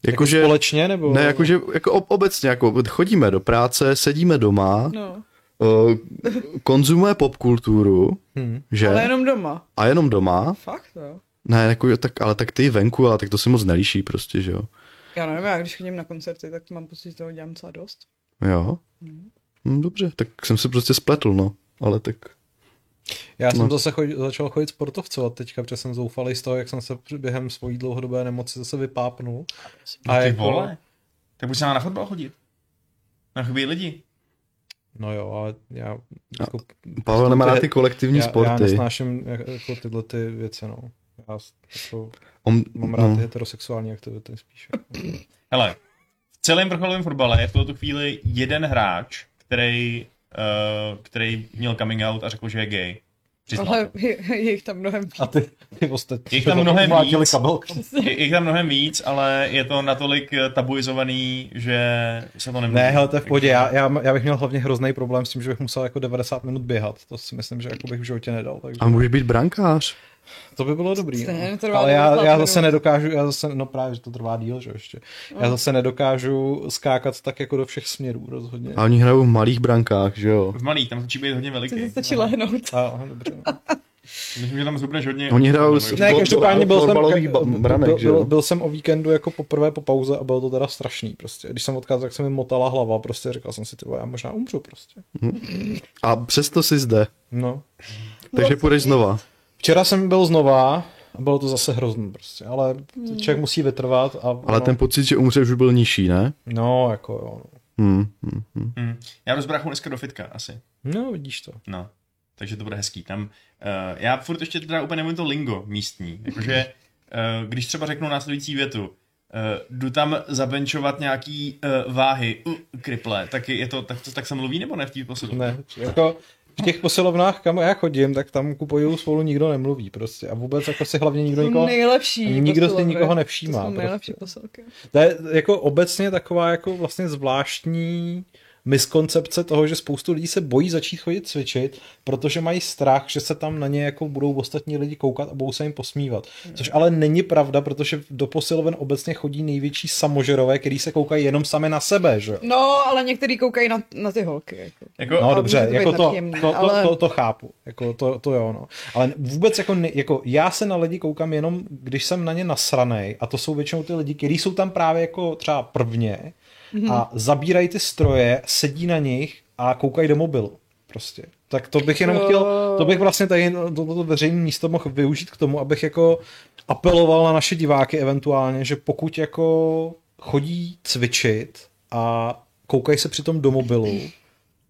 Jakože,
že... Jako společně nebo...
ne, jakože jako ob- obecně, jako chodíme do práce, sedíme doma,
No,
Eh, konzumuje popkulturu,
Hm.
že?
ale jenom doma.
A jenom doma?
Fakt, jo.
Ne, jako, tak, ale tak ty venku, ale tak to se moc nelíší prostě, že jo?
Já nevím, já když chodím na koncerty, tak mám pocit, že toho dělám docela dost.
Jo?
Mhm.
Hm, dobře, tak jsem se prostě spletl, no. Ale tak...
Já jsem
No.
zase chod, začal chodit sportovcovat teďka, protože jsem zoufalý z toho, jak jsem se při- během svojí dlouhodobé nemoci zase vypápnul.
no
jako-
ty vole. Tak buď se na fotbal chodit. Na chvíli lidi.
No jo, ale já... Jako,
Pavel nemá rád ty kolektivní
já, já
sporty.
nesnáším jak- jako tyhle ty věci, no. Já s- jako,
On,
mám rád ty
no,
heterosexuální aktivity spíš.
Hele, v celém vrcholovém fotbale je v tuto chvíli jeden hráč, který, eh, který měl coming out a řekl, že je gay. Přiznám.
Ale je, je jich tam mnohem víc.
A ty, ty ostatní.
Je jich tam mnohem
umlátili
víc.
kabel.
Je, je tam mnohem víc, ale je to natolik eh, tabuizovaný, že se to nemluví.
Ne, hele, to je v pohodě. Já, já, já, bych měl hlavně hrozný problém s tím, že bych musel jako 90 minut běhat. To si myslím, že jako bych v životě nedal. Takže
A můžeš být brankář.
to by bylo dobrý.
To je,
No.
to trvá
Ale já,
90
já
minut.
zase nedokážu, já zase, no právě, že to trvá díl, že jo, ještě. Já zase nedokážu skákat tak jako do všech směrů rozhodně.
A oni hrajou v malých brankách, že jo?
V malých, tam stačí být hodně
To se
veliký.
no.
stačí lehnout.
A, aha, dobře. no.
Myslím, že tam zhubneš hodně.
Oni hrajou
hodně
s-
velký.
Ne,
Fotbal-
každopádně byl jsem,
fotbalových ba-
byl-
branek,
byl,
že jo?
byl, byl, jsem o víkendu jako poprvé po pauze a bylo to teda strašný prostě. Když jsem odkázal, tak se mi motala hlava prostě, říkal jsem si, ty vole, já možná umřu prostě.
A přesto jsi zde.
No.
Takže půjdeš znova.
Včera jsem byl znova a bylo to zase hrozný prostě, ale člověk musí vytrvat a... no,
Ale ten pocit, že umřeš, už byl nižší, ne?
No, jako jo. no.
Hmm, hmm, hmm.
Hm. Já jdu s bráchou dneska do fitka, asi.
No, vidíš to.
No. Takže to bude hezký. Tam, uh, já furt ještě teda úplně nevím to lingo místní. Jakože, uh, když třeba řeknu následující větu, uh, jdu tam zabenčovat nějaký uh, váhy, uh, kriple, tak je to, tak, to, tak se mluví nebo ne v té posilu?
Ne, jako v těch posilovnách, kam já chodím, tak tam kupuju spolu nikdo nemluví prostě a vůbec jako si hlavně nikdo nikoho...
nejlepší.
nikdo si
posilové.
nikoho nevšímá,
To jsou
prostě.
nejlepší posilky.
To je jako obecně taková jako vlastně zvláštní miskoncepce toho, že spoustu lidí se bojí začít chodit cvičit, protože mají strach, že se tam na ně jako budou ostatní lidi koukat a budou se jim posmívat. Což ale není pravda, protože do posiloven obecně chodí největší samožerové, který se koukají jenom sami na sebe, že jo?
No, ale některý koukají na, na ty holky. Jako.
Jako,
No
no.
A
dobře,
může to
jako
být
to,
nepříjemný,
to,
ale-
to, to, to chápu, jako to, to jo, no. Ale vůbec jako, ne, jako já se na lidi koukám jenom, když jsem na ně nasranej a to jsou většinou ty lidi, kteří jsou tam právě jako třeba prvně
Mhm.
a zabírají ty stroje, sedí na nich a koukají do mobilu prostě. Tak to bych jenom
Jo.
chtěl, to bych vlastně tady toto veřejné místo mohl využít k tomu, abych jako apeloval na naše diváky eventuálně, že pokud jako chodí cvičit a koukají se přitom do mobilu,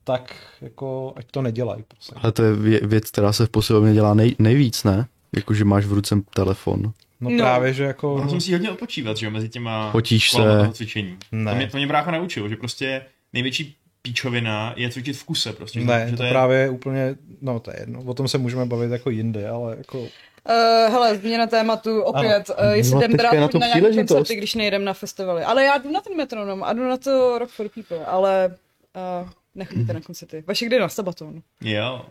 tak jako ať to nedělají. Prostě.
Ale to je vě- věc, která se v posilovně dělá nej, nejvíc, ne? Jakože máš v ruce telefon.
No,
No.
no právě, že jako...
Ono se musí hodně odpočívat, že jo, mezi těma
Potíš
kolama
se.
toho cvičení.
Ne.
To mě, to mě brácha naučil, že prostě největší píčovina je cvičit v kuse prostě. že-
Ne,
že
to,
je-
právě je... úplně, no to je jedno, o tom se můžeme bavit jako jindy, ale jako...
Uh, hele, změna tématu opět. Uh, jestli
No,
jdem
teďka
teda
je na
na,
to
na nějaký
příležitost.
koncerty, když nejdem na festivaly. Ale já jdu na ten metronom a jdu na to Rock for People, ale uh, nechodíte
Hmm.
na koncerty. Vaše kdy na Sabaton?
Jo.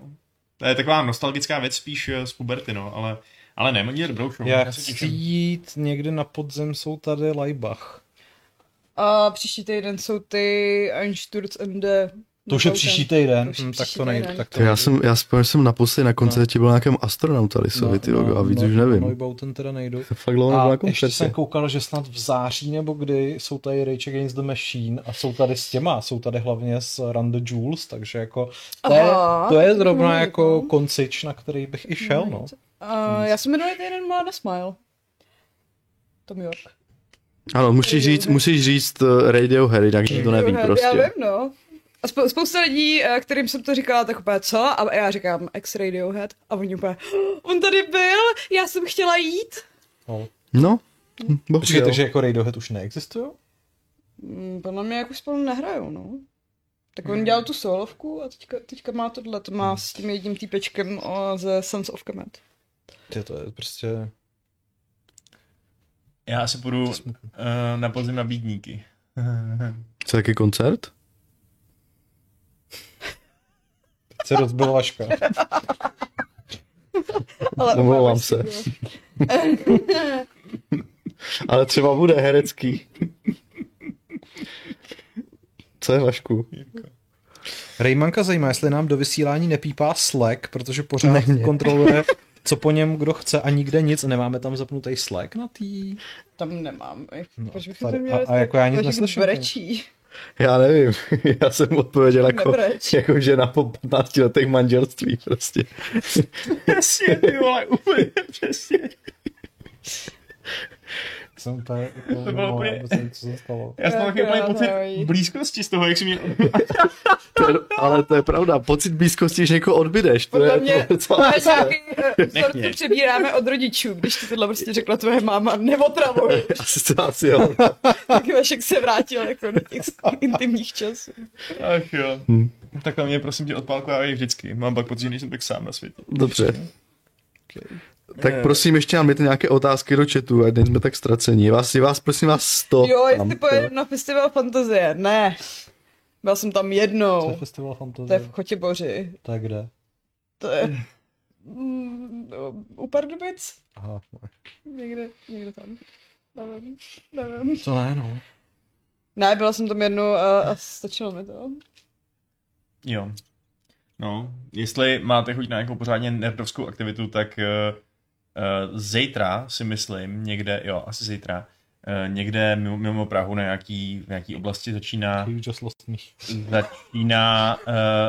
To je taková nostalgická věc spíš eh, z puberty, no, ale, ale ne, no. oni je dobrou show.
Já
Já se
chci
těším.
jít někdy na podzem, jsou tady Lajbach.
A příští týden jsou ty Einsturz and the...
To už je příští týden,
To už je
hm, tak
příští
to nejde.
týden.
Tak to
To já
nejde.
jsem, já spomínám, že jsem naposledy na koncertě byl na nějakém astronautorisovi, ty logo, a víc už nevím.
No, Neubauten teda nejdu.
To fakt dlouho jako nebyl
A
na
ještě jsem
koncertě.
koukal, že snad v září nebo kdy jsou tady Rage Against the Machine a jsou tady s těma, jsou tady hlavně s Run the Jewels, takže jako to je,
Aha,
to je
to
zrovna
je
jako
to.
koncič, na který bych i šel, no.
Uh, já jsem minulý týden byla na Smile. Tom York.
Ano, musíš říct, musíš říct eh, Radiohead, jinak to neví
Radiohead, Já
prostě.
vím, no. A spou- spousta lidí, eh, kterým jsem to říkala, tak úplně co? A já říkám ex-Radiohead. A oni úplně, "Oh, on tady byl, já jsem chtěla jít.
no.
No, hm,
Počkej,
bohužel.
takže jako Radiohead už neexistuje?
Mm, Podle mě jako spolu nehrajou, no. Tak
Mhm.
on dělal tu solovku a teďka, teďka má tohle, to má s tím jedním týpečkem o, ze Sons of Command.
Ty, to je prostě...
Já asi půjdu uh, na podzim na bídníky.
Co taky koncert?
Se rozbil Vaška.
Ale
Omlouvám se. Ale třeba bude herecký. Co je Vašku?
Raymanka zajímá, jestli nám do vysílání nepípá Slack, protože pořád kontroluje, co po něm kdo chce a nikde nic. Nemáme tam zapnutý Slack na tý...
Tam nemám. eh, Proč bych
No, tady-
to měla?
a- a jako já nic
Proč
neslyším,
Brečí.
Já nevím, já jsem odpověděl jako,
Nebreč.
jako žena po 15 letech manželství prostě.
přesně, ty vole, úplně přesně.
Jsem to jako,
To bylo úplně-
já vůbec nevím, co se stalo.
Já jsem taky úplně
Akorát
pocit
ahoj.
blízkosti z toho, jak si mě...
To je, ale to je pravda, pocit blízkosti, že někoho odbydeš, to
jako
Podle
je jako-
mě
to
to
je docela...
je nějaký eh, vzor,
Nechně.
co přebíráme od rodičů, když ti tohle prostě řekla tvoje máma, neotravuj.
Asi to asi jo.
Tak Vašek se vrátil jako do těch intimních časů.
Ach jo. Takhle mě prosím tě odpálkovávají vždycky. Mám pak pocit, že nejsem tak sám na světě.
Dobře.
Okay.
Eh.
Tak prosím, ještě nám dejte nějaké otázky do chatu, ať nejsme tak ztracení. Je vás, je vás prosím vás 100.
Jo, jestli
tam, jo.
pojedu na festival fantazie. Ne. Byl jsem tam
To je
jednou.
festival fantasy.
To je v Chotěboři.
To je kde?
To je... Mm, no, U Pardubic?
Aha.
Někde, někde tam. Nevím, nevím.
To ne, no.
Ne, byla jsem tam jednou a, a stačilo mi to.
Jo. No, jestli máte chuť na nějakou pořádně nerdovskou aktivitu, tak uh, zítra si myslím, někde, jo, asi zítra, eh, někde mimo, mimo Prahu na nějaký, v nějaký oblasti začíná
You just lost me.
začíná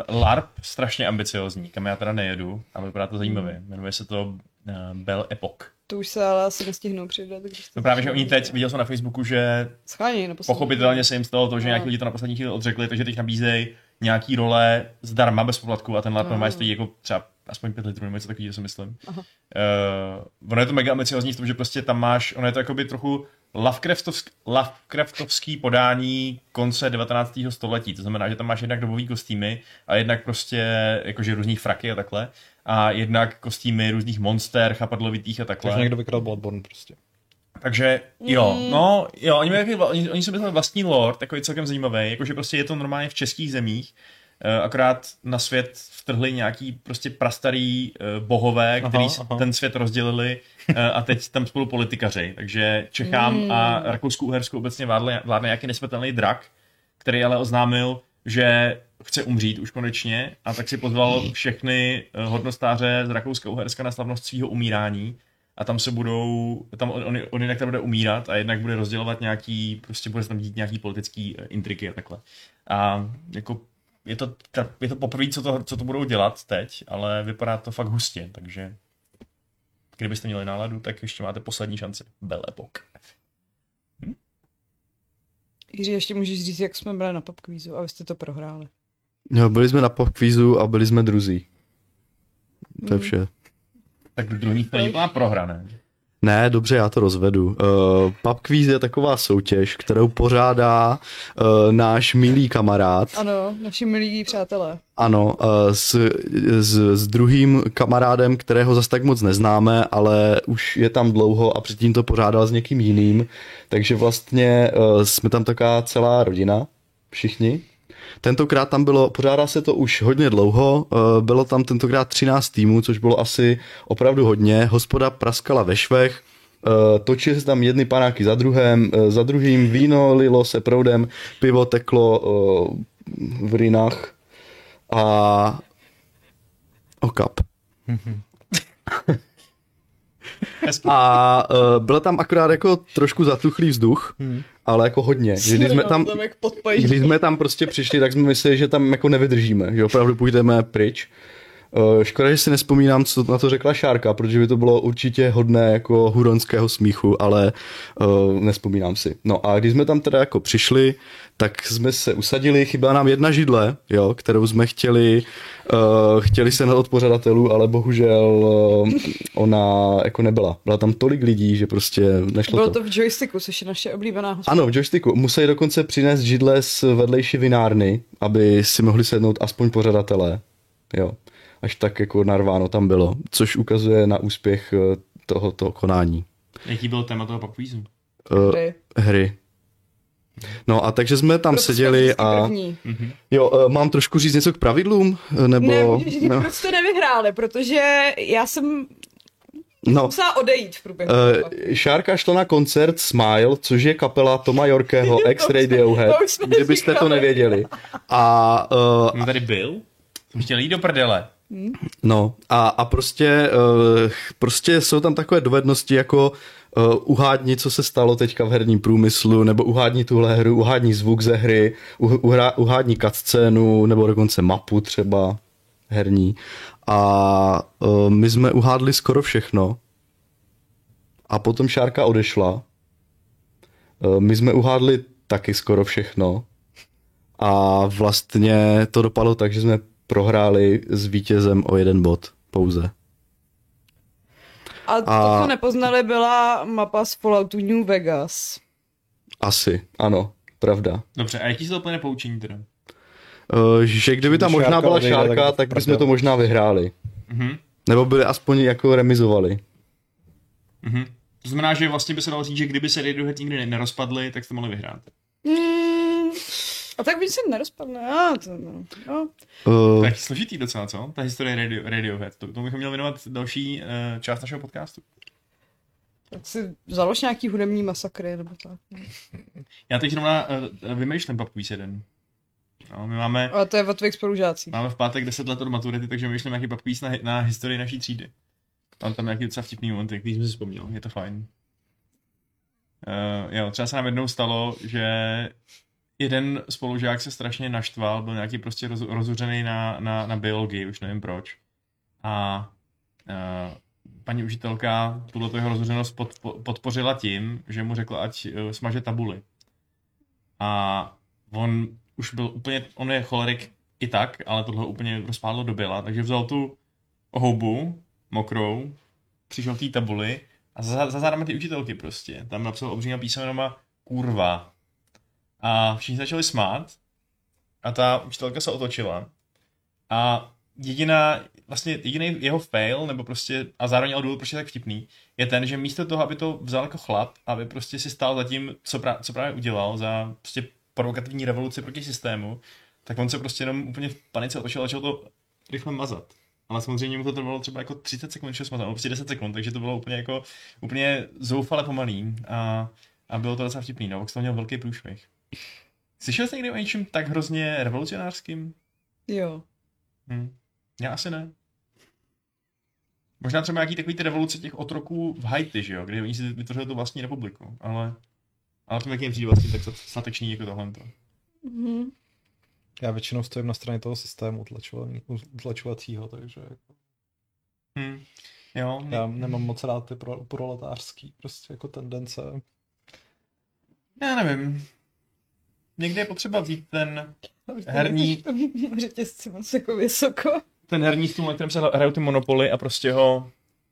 uh, LARP, strašně ambiciozní, kam já teda nejedu, ale vypadá to zajímavě. Jmenuje se to uh, Bell Epoch.
To už se ale asi nestihnou přidat. takže to
No právě, že
začalo
oni teď, viděl jsem na Facebooku, že
Schání na poslední. No.
pochopitelně se jim stalo to, že nějaký lidi to na poslední chvíli odřekli, takže teď nabízejí nějaký role zdarma, bez poplatku a ten LARP normálně stojí jako třeba aspoň 5 litrů nebo něco takového, si myslím. Uh,
Aha.
ono je to mega ambiciozní v tom, že prostě tam máš, ono je to jakoby trochu Lovecraftovsk, Lovecraftovský podání konce 19. století. To znamená, že tam máš jednak dobový kostýmy a jednak prostě jakože různý fraky a takhle. A jednak kostýmy různých monster, chapadlovitých a takhle.
Takže někdo vykradl Bloodborne prostě.
Takže jo, no, jo, oni, mají, takový- oni, oni si mysleli vlastní lore, takový celkem zajímavý, jakože prostě je to normálně v českých zemích, eh, akorát na svět vtrhli nějaký prostě prastarý eh, bohové,
Aha,
který aha,
aha.
ten svět rozdělili eh, a teď tam spolu politikaři, takže Čechám a Rakousku-Uhersku obecně vládne, vládne nějaký nesmrtelný drak, který ale oznámil, že chce umřít už konečně a tak si pozval všechny eh, hodnostáře z Rakouska Uherska na slavnost svého umírání a tam se budou, tam on, on, on jednak tam bude umírat a jednak bude rozdělovat nějaký, prostě bude se tam dít nějaký politický eh, intriky a takhle. A jako je to, ta- je to poprvé, co to, co to budou dělat teď, ale vypadá to fakt hustě, takže kdybyste měli náladu, tak ještě máte poslední šanci. Belepok.
Jiří, ještě můžeš říct, jak jsme byli na popkvízu a vy jste to prohráli.
Jo, byli jsme na pokvízu a byli jsme druzí. To
Mhm.
je vše.
Tak druhý to je má prohra, ne?
Ne, dobře, já to rozvedu. Uh, pub quiz je taková soutěž, kterou pořádá uh, náš milý kamarád.
Ano, naši milí přátelé.
Ano, eh, s, s, s druhým kamarádem, kterého zas tak moc neznáme, ale už je tam dlouho a předtím to pořádal s někým jiným. Takže vlastně eh, jsme tam taková celá rodina, všichni. Tentokrát tam bylo, pořádá se to už hodně dlouho, eh, bylo tam tentokrát 13 týmů, což bylo asi opravdu hodně. Hospoda praskala ve švech, eh, točili se tam jedny panáky za druhém, eh, za druhým víno lilo se proudem, pivo teklo eh, v rinách a okap.
Hezky.
A uh, byl tam akorát jako trošku zatuchlý vzduch, hmm. ale jako hodně. Že Když jsme, tam,
Jak podpají.
když jsme tam prostě přišli, tak jsme mysleli, že tam jako nevydržíme, že opravdu půjdeme pryč. Eh, Škoda, že si nespomínám, co na to řekla Šárka, protože by to bylo určitě hodné jako huronského smíchu, ale uh, nespomínám si. No a když jsme tam teda jako přišli, tak jsme se usadili, chyběla nám jedna židle, jo, kterou jsme chtěli, uh, chtěli se na od pořadatelů, ale bohužel uh, ona jako nebyla. Byla tam tolik lidí, že prostě nešlo
Bylo to v joysticku, což je naše oblíbená hospoda.
ano, v joysticku. Museli dokonce přinést židle z vedlejší vinárny, aby si mohli sednout aspoň pořadatelé. Jo. Až tak jako narváno tam bylo, což ukazuje na úspěch eh, tohoto konání
Jaký byl téma toho pakvízu?
eh, hry. No a takže jsme tam seděli a...
Prostě První.
Jo, eh, mám trošku říct něco k pravidlům? Eh,
Ne,
Nebo...
můžeš říct, proč jste nevyhráli, protože já jsem
no.
musela odejít v průběhu.
Eh,
toho.
Uh, Šárka šla na koncert Smile, což je kapela Toma Jorkého, ex
To už jsme-
Radiohead,
to už jsme
kdybyste to
říkali.
nevěděli. A eh,
On tady byl? Jsem chtěl jít do prdele.
No a, a prostě, eh, prostě jsou tam takové dovednosti jako eh, uhádni, co se stalo teďka v herním průmyslu, nebo uhádni tuhle hru, uhádni zvuk ze hry, uh, uhra, uhádni cutscénu, nebo dokonce mapu třeba herní. A eh, my jsme uhádli skoro všechno. A potom Šárka odešla. Eh, My jsme uhádli taky skoro všechno. A vlastně to dopadlo tak, že jsme prohráli s vítězem o jeden bod pouze.
A to,
a-
co nepoznali, byla mapa z Falloutu New Vegas.
Asi, ano, pravda.
Dobře, a jaký jsi to plné poučení teda?
eh, že kdyby tam
Když
možná
Šárka
byla
odejde, tak je
šárka,
to
tak bychom
prdel.
to možná vyhráli.
Mhm.
Nebo byli aspoň jako remizovali.
Mhm. To znamená, že vlastně by se dalo říct, že kdyby se Radiohead nikdy nerozpadli, tak jste mohli vyhrát.
Mm, a tak by se nerozpadne. A, to, no, no.
To
Uh,
je složitý docela, co? Ta historie radio, Radiohead. To, tomu bychom měli věnovat další uh, část našeho podcastu.
Tak si založ nějaký hudební masakry nebo tak.
Já teď zrovna uh, vymýšlím papkvíz jeden. No, my máme,
Ale to je o tvých spolužácích.
máme v pátek 10 let od maturity, takže vymýšlím nějaký papkvíz na, na historii naší třídy. Mám tam nějaký docela vtipný moment, který jsem si vzpomněl. Je to fajn. Uh, jo, třeba se nám jednou stalo, že jeden spolužák se strašně naštval, byl nějaký prostě roz, rozuřený na, na, na biologii, už nevím proč. A uh, paní učitelka tuhle jeho rozuřenost pod, po- podpořila tím, že mu řekla, ať eh, smaže tabuli. A on už byl úplně, on je cholerik i tak, ale tohle ho úplně rozpádlo do běla, takže vzal tu houbu mokrou, přišel k té tabuli a za, za zádama ty učitelky prostě. Tam napsal obříma písmenama kurva. A všichni začali smát a ta učitelka se otočila a jediná, vlastně jediný jeho fail, nebo prostě, a zároveň ale důvod, proč je tak vtipný, je ten, že místo toho, aby to vzal jako chlap, aby prostě si stál za tím, co, pra, co právě udělal, za prostě provokativní revoluci proti systému, tak on se prostě jenom úplně v panice otočil a začal to rychle mazat. Ale samozřejmě mu to trvalo třeba jako 30 sekund, že smazal, nebo prostě 10 sekund, takže to bylo úplně jako, úplně zoufale pomalý a, a bylo to docela vtipný, no, Vox to měl velký průšvih. Slyšel jsi někdy o něčem tak hrozně revolucionářským?
Jo.
Hmm. Já asi ne. Možná třeba nějaký takový ty revoluce těch otroků v Haiti, že jo, kdy oni si vytvořili tu vlastní republiku, ale ale to mi taky přijde vlastně tak statečný jako tohle.
Mhm.
Já většinou stojím na straně toho systému utlačování- utlačovacího, takže jako
Hm. Jo,
já nemám moc rád ty pro, proletářský prostě jako tendence.
já nevím. Někdy je potřeba vzít ten, Herní-
Řetězci moc jako vysoko.
ten herní stůl, na kterém se hrajou ty monopoly a prostě ho,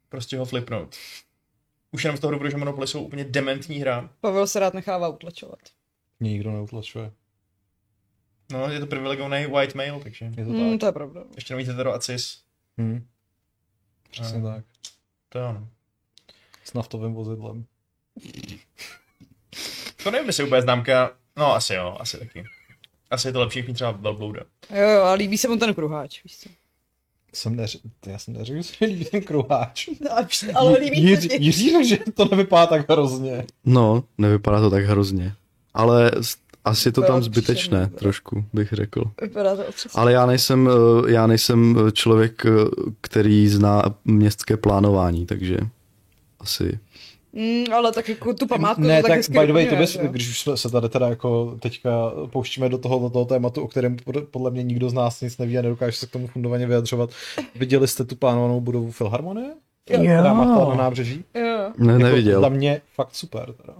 prostě ho flipnout. Už jenom z toho důvodu, že monopoly jsou úplně dementní hra.
Pavel se rád nechává utlačovat.
Mě nikdo neutlačuje.
No, je to privilegovaný white male, takže
Je to
Mm,
No tak.
to je pravda.
ještě nový hetero a cis.
Hm. Přesně
Eh.
tak.
To jo. no.
S naftovým vozidlem.
To nevím, jestli úplně známka, no asi jo, asi taky. Asi je to lepší, jak mít třeba velblouda.
Jo, jo, a líbí se mu ten kruháč, víš co.
Jsem neři- já jsem neřekl, že líbí ten kruháč.
Ale, ale líbí se
Jiří,
ti.
Jiří řekl, že to nevypadá tak hrozně.
no, nevypadá to tak hrozně. Ale s- asi je to
Vypadá
tam
to
zbytečné,
příšerně.
trošku bych řekl.
Vypadá to otřesně.
Ale já nejsem, eh, já nejsem eh, člověk, eh, který zná městské plánování, takže asi.
Mm, ale tak jako tu památku
ne,
to
tak,
tak,
tak by the way, to bys,
doplňuješ, jo.
když už jsme se tady teda jako teďka pouštíme do toho, do toho tématu, o kterém pod- podle mě nikdo z nás nic neví a nedokáže se k tomu fundovaně vyjadřovat. Viděli jste tu plánovanou budovu Filharmonie?
Jo.
Která má stát na nábřeží? Jako,
Jo.
Ne,
Podle
neviděl.
mě fakt super. Teda.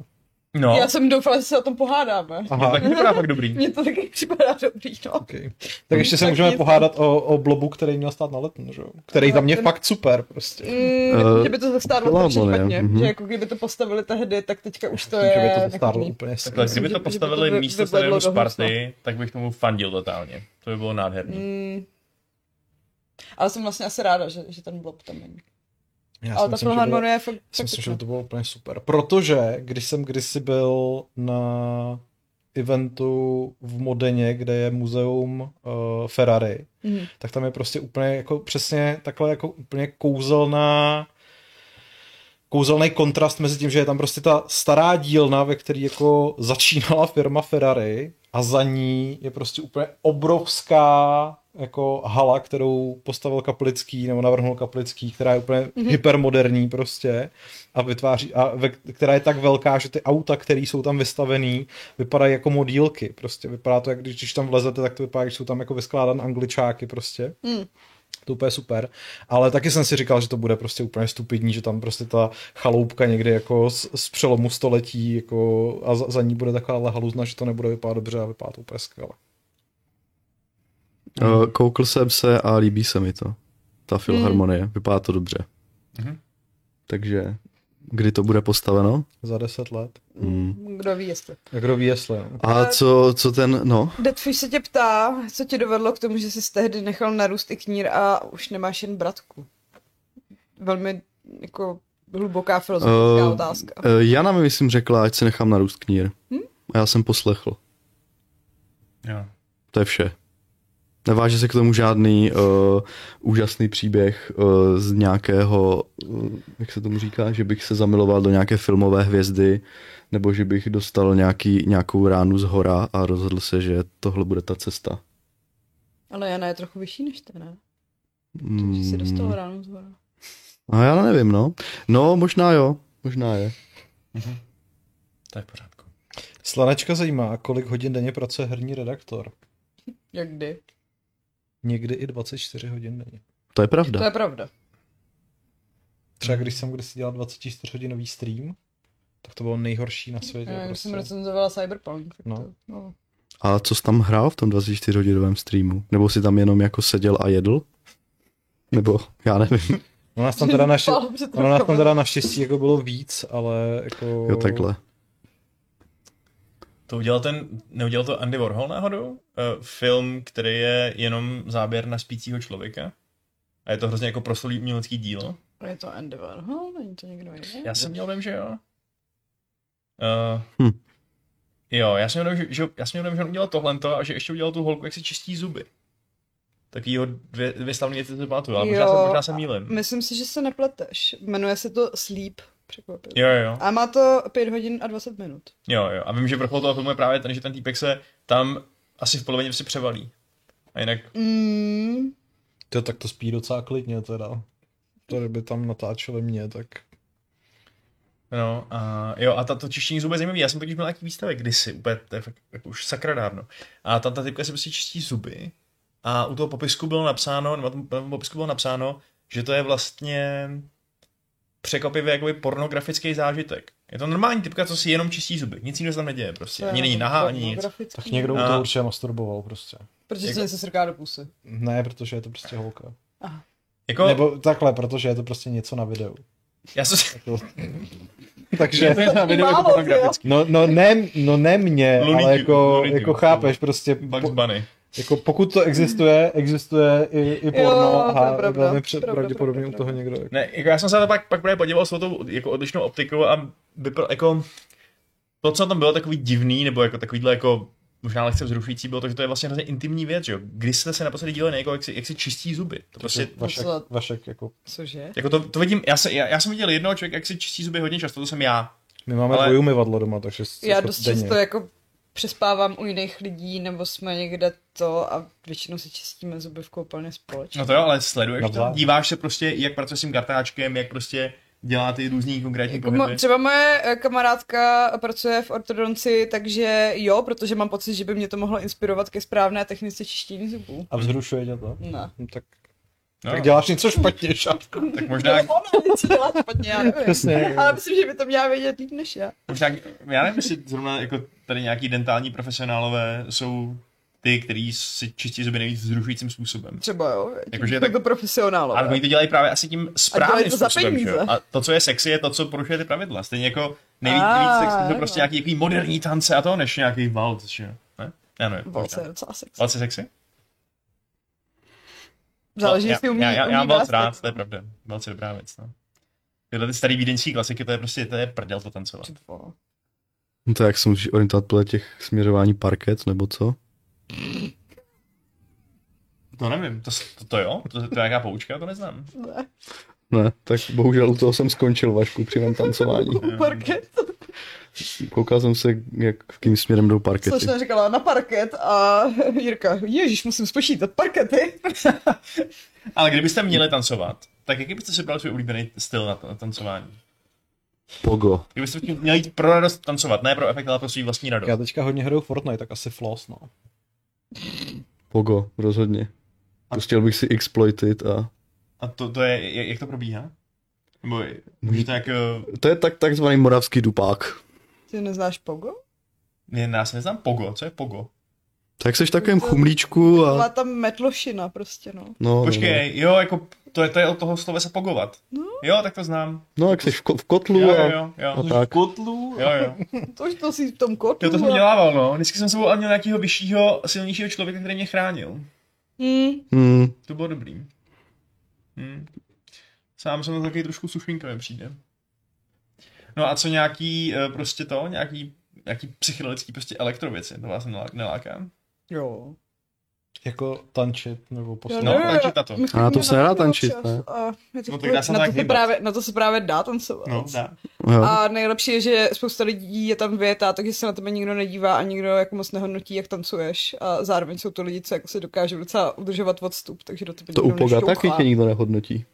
No,
Já jsem doufala, že se o tom pohádáme.
to
Aha,
taky vypadá fakt dobrý.
Mně to taky připadá dobrý, no.
okay. Tak ještě se
Tak
můžeme
je-
pohádat o, o blobu, který měl stát na letnu, že? jo? který tam mě
Ten-
fakt super prostě.
Mm,
Eh,
že by to
byla
zastárlo
Monie,
tak špatně,
mhm.
že jako kdyby to postavili tehdy, tak teďka už to
Myslím, že by
je... jako
to zastárlo
takový-
úplně.
Takhle,
skvěle.
Myslím,
kdyby
že-
to
že
postavili
by to vy-
místo
vyvedlo
stadionu
do hmyzna.
Sparty, tak bych tomu fandil totálně. To by bylo nádherný.
Mm. Ale jsem vlastně asi ráda, že, že ten blob tam je.
Já si
Ale ta
myslím, že bylo-
Filharmonie je fakt...
si myslím, že
pěkná.
to bylo úplně super. Protože když jsem kdysi byl na eventu v Modeně, kde je muzeum uh, Ferrari,
Mhm.
tak tam je prostě úplně jako přesně takhle jako úplně kouzelná kouzelný kontrast mezi tím, že je tam prostě ta stará dílna, ve který jako začínala firma Ferrari a za ní je prostě úplně obrovská jako hala, kterou postavil Kaplický nebo navrhnul Kaplický, která je úplně mm-hmm. hypermoderní prostě a vytváří, a ve, která je tak velká, že ty auta, které jsou tam vystavený, vypadají jako modílky prostě, vypadá to, jak když, když tam vlezete, tak to vypadá, že jsou tam jako vyskládané angličáky prostě.
Mm.
To úplně super. Ale taky jsem si říkal, že to bude prostě úplně stupidní, že tam prostě ta chaloupka někde jako z, z přelomu století jako a za, za ní bude takováhle haluzna, že to nebude vypadat dobře a vypadá to úplně skvěle.
Eh, Koukl jsem se a líbí se mi to. Ta filharmonie. Vypadá to dobře.
Mhm.
Takže kdy to bude postaveno?
Za deset let.
Mm.
kdo ví jestli.
Kdo ví, jestli. no. jo.
A co, co ten, no,
Deadfish se tě ptá, co tě dovedlo k tomu, že jsi tehdy nechal narůst i knír a už nemáš jen bratku. Velmi jako hluboká filozofická
Eh,
uh, otázka.
eh, Jana mi myslím řekla, ať se nechám narůst knír. A já jsem poslechl.
Jo.
To je vše. Neváže se k tomu žádný uh, úžasný příběh uh, z nějakého, uh, jak se tomu říká, že bych se zamiloval do nějaké filmové hvězdy, nebo že bych dostal nějaký, nějakou ránu z hora a rozhodl se, že tohle bude ta cesta.
Ale Jana je trochu vyšší než ty, ne? Že jsi
Mm.
Hmm.
dostal ráno z hora.
A já nevím, no. No, možná jo, možná je.
To je v pořádku.
Slanečka zajímá, kolik hodin denně pracuje herní redaktor.
Jak kdy?
Někdy i 24 hodin denně.
To je
To
pravda.
je pravda.
Třeba když jsem kdysi dělal 24-hodinový stream, tak to bylo nejhorší na světě.
Já prostě.
prostě.
jsem recenzovala Cyberpunk. Tak
No.
no. To, no.
A co jsi tam hrál v tom 24-hodinovém streamu? Nebo jsi tam jenom jako seděl a jedl? Nebo já nevím,
No nás tam teda naši...
Pálo před
Ono nás tam
rokem.
teda naštěstí jako bylo víc, ale jako...
jo takhle.
To udělal ten, neudělal to Andy Warhol náhodou? Uh, film, který je jenom záběr na spícího člověka? A je to hrozně jako proslulý umělecký dílo?
Je to Andy Warhol, není to někdo jiný.
Já jsem měl dojem, že jo. Uh,
Hm.
Jo, já jsem měl dojem, že, že, já jsem měl dojem, že on udělal tohle a že ještě udělal tu holku, jak si čistí zuby. Taky jeho dvě, dvě slavné věci se pamatuju, ale možná,
Jo,
se, možná se mýlim.
Myslím si, že se nepleteš. Jmenuje se to Sleep. Překvapil.
Jo, jo,
A má to 5 hodin a 20 minut.
jo, jo. A vím, že vrchol toho filmu je právě ten, že ten týpek se tam asi v polovině si převalí. A jinak,
Mm,
To, tak to spí docela klidně teda. To, kdyby tam natáčeli mě, tak...
no, a jo, a ta, to čištění zuby je zajímavé. Já jsem totiž měl nějaký výstavek kdysi, úplně, to je fakt, jako už sakra dávno. A tam ta typka si prostě čistí zuby a u toho popisku bylo napsáno, nebo na tom, na tom popisku bylo napsáno, že to je vlastně překvapivě jakoby pornografický zážitek. Je to normální typka, co si jenom čistí zuby. Nic jiného se tam neděje prostě. Ani není nahá, ani nic.
pornografický.
Tak někdo u
A-
to určitě masturboval prostě.
Protože
Jako-
se něco srká do pusy.
Ne, protože je to prostě holka.
Jako, nebo...
Nebo takhle, protože je to prostě něco na videu.
já jsem si...
Takže...
To je na videu jako
Málo,
pornografický.
No, no, ne, no ne mě,
Looney
ale
Tunes,
jako,
Looney
jako
Tunes.
chápeš, prostě
Bugs
po,
Bunny.
jako pokud to existuje, existuje i, i porno
to je
a jako
pravda,
velmi před,
pravda,
pravděpodobně
pravda,
u toho někdo. Jako.
Ne, jako já jsem se na to pak, pak právě podíval s tou jako odlišnou optikou a vypadal jako... To, co tam bylo takový divný, nebo jako takovýhle jako možná lehce vzrušující, bylo to, že to je vlastně hrozně intimní věc, že jo. Kdy jste se naposledy dívali jako, jak si, jak si čistí zuby. To prostě,
Vašek,
Docela-
Vašek, jako,
Cože?
jako to, to vidím, já, se, já, já, jsem viděl jednoho člověka, jak si čistí zuby hodně často, to jsem já.
my máme
Ale-
ale... dvojumyvadlo doma, takže
Já
jako
dost
denně.
často jako přespávám u jiných lidí, nebo jsme někde to a většinou si čistíme zuby v koupelně společně.
No to jo, ale sleduješ
Na
to,
vlá-
díváš se prostě, jak pracuje s tím kartáčkem, jak prostě dělá ty různý konkrétní
Jako mo-
pohyby.
třeba moje eh, kamarádka pracuje v ortodonci, takže jo, protože mám pocit, že by mě to mohlo inspirovat ke správné technice čištění zubů.
A vzrušuje tě to?
Ne.
No, tak,
Mhm. No,
tak děláš něco špatně, šátko.
tak
No,
možná,
ona něco dělá špatně, já nevím.
Přesně.
Ale myslím, že by to měla vědět líp než já.
Možná, já nevím, jestli zrovna jako tady nějaký dentální profesionálové jsou ty, kteří si čistí zuby nejvíc vzrušujícím způsobem.
Třeba jo.
Jakože
Jakože
tak-
tak... to profesionálové.
Ale oni to dělají právě asi tím správným
to za
způsobem. Že?
peníze.
jo? A to, co je sexy, je to, co porušuje ty pravidla. Stejně jako nejvíc
A,
nejvíc sexy jsou prostě
Ah, jo.
nějaký, nějaký moderní tance a to, než nějaký valc. Že? jo? Ne? Já nevím.
Valce je
možná.
docela sexy.
Valc je sexy?
Záleží,
No,
jestli umí,
já, já, já,
umí
mám valc
vést
rád,
tak-
to je pravda. Valc je dobrá věc. No. Tyhle ty starý vídeňský klasiky, to je prostě, to je prdel to tancovat.
Ty vole.
No To je, jak se musíš orientovat podle těch směřování parket, nebo co?
To nevím, to, s- to, to jo, to, to je nějaká poučka, to neznám.
Ne.
Ne, tak bohužel u toho jsem skončil, Vašku, při mém tancování.
Parket.
Koukal jsem se, jak v kým směrem jdou parkety.
Slečna říkala na parket a Jirka, ježíš, musím spočítat parkety.
Ale kdybyste měli tancovat, tak jaký byste si brali svůj oblíbený styl na, ta- na tancování?
Pogo.
Kdybyste měli jít pro radost tancovat, ne pro efekt, ale pro svůj vlastní radost.
Já teďka hodně hraju Fortnite, tak asi floss, no.
Pogo, rozhodně. Pustil bych si exploited a
A to, to je, jak- jak to probíhá? Nebo je- může to jak, eh,
to je tak, takzvaný moravský dupák.
Ty neznáš Pogo?
ne, já se neznám pogo, co je pogo?
Tak seš v takovém chumlíčku
Byla
a...
tam metlošina prostě, no.
No, no,
Počkej, jo, jako to je, to je od toho slova se pogovat. Jo, tak to znám.
no. no jak seš v, ko- v kotlu
Jo,
a...
jo, jo.
a
jo.
tak.
Kotlu.
Jo, jo.
To už to si v tom kotu.
Jo, to jsem
a-
dělával, no. Vždycky jsem sebou ale měl nějakého vyššího, silnějšího člověka, který mě chránil.
Hm,
Hmm.
To bylo dobrý. Hm. Sám jsem takový trošku sušinka mi přijde. No a co nějaký eh, prostě to, nějaký, nějaký psychedelický prostě elektrověci, to vás nelá- neláká.
jo.
Jako tančit nebo
Jo,
poslouchat.
No,
jo, jo.
tančit na to.
My
A na to
chodíme
se nedá
to
tančit,
občas
ne?
a je to
No,
v
tak
pohodě.
dá se
na,
tak
to se
hýbat.
právě, na to se právě dá tancovat.
No.
dá.
Jo.
A nejlepší je, že spousta lidí je tam věta, takže se na tebe nikdo nedívá a nikdo jako moc nehodnotí, jak tancuješ. A zároveň jsou to lidi, co jako se dokážou docela udržovat odstup, takže do tebe
To
nikdo
upoga
nešťouchá.
taky tě nikdo nehodnotí.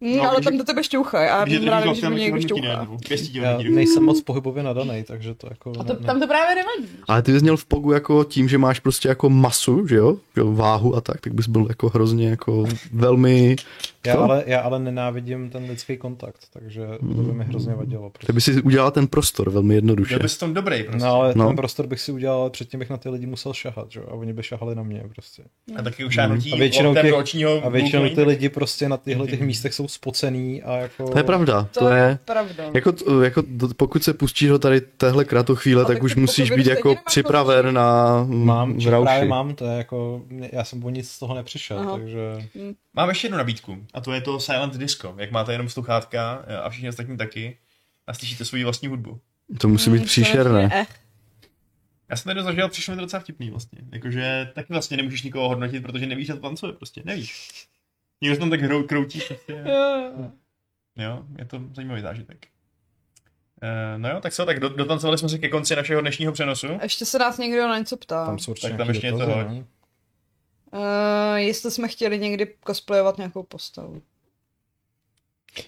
Hm,
No,
ale
když-
tam do tebe šťouchají a já
Když
bych
je držíš
ráda, když do
loktem,
mě
ti
někdo
hodnotí
šťouchá.
najednou. Pěstí tě
Já
hodnotí.
nejsem moc pohybově nadaný, takže to jako...
A
ne-
to,
ne-
tam to právě nevadí.
Ale ty bys měl v pogu jako tím, že máš prostě jako masu, že jo? Že jo váhu a tak, tak bys byl jako hrozně jako velmi...
Já
Co?
ale, já ale nenávidím ten lidský kontakt, takže to by mi hrozně vadilo.
Ty
Prostě.
bys si udělal ten prostor velmi jednoduše.
Byl bys v tom dobrý prostě.
No ale
No.
no. ten prostor bych si udělal, ale předtím bych na ty lidi musel šahat, že? jo, a oni by šahali na mě prostě.
A taky už šánutí
A většinou,
loktem
ty,
do očního
a většinou ty
bouchání.
lidi prostě na těchto těch místech jsou spocený a jako...
To je pravda, to,
To
je...
je pravda.
Jako, t- jako d- pokud se pustíš do tady téhle kratochvíle,
A
tak, tak
tak
už
ty
musíš
pokud
být
stejně
jako
nemáš
připraven na
Mám, že
v
právě
rauši.
mám, to je jako, já jsem o nic z toho nepřišel,
Aha.
Aha. takže...
Mám ještě jednu nabídku, a to je to Silent Disco, jak máte jenom sluchátka eh, a všichni ostatní taky a slyšíte svoji vlastní hudbu.
To musí být příšerné.
Eh,
Já jsem tady zažil, přišlo mi to docela vtipný vlastně. Jakože taky vlastně nemůžeš nikoho hodnotit, protože nevíš, jak to tancuje, prostě nevíš. Někdo se tam tak hrou, kroutí, prostě.
Eh,
Jo, je to zajímavý zážitek. Eh, No jo, tak se tak do- dotancovali jsme se ke konci našeho dnešního přenosu.
A Ještě se nás někdo na něco ptá.
Tam jsou určitě
Tak tam
nějaký
ještě něco
dotazy,
hoď.
no.
Uh, jestli jsme chtěli někdy cosplayovat nějakou postavu.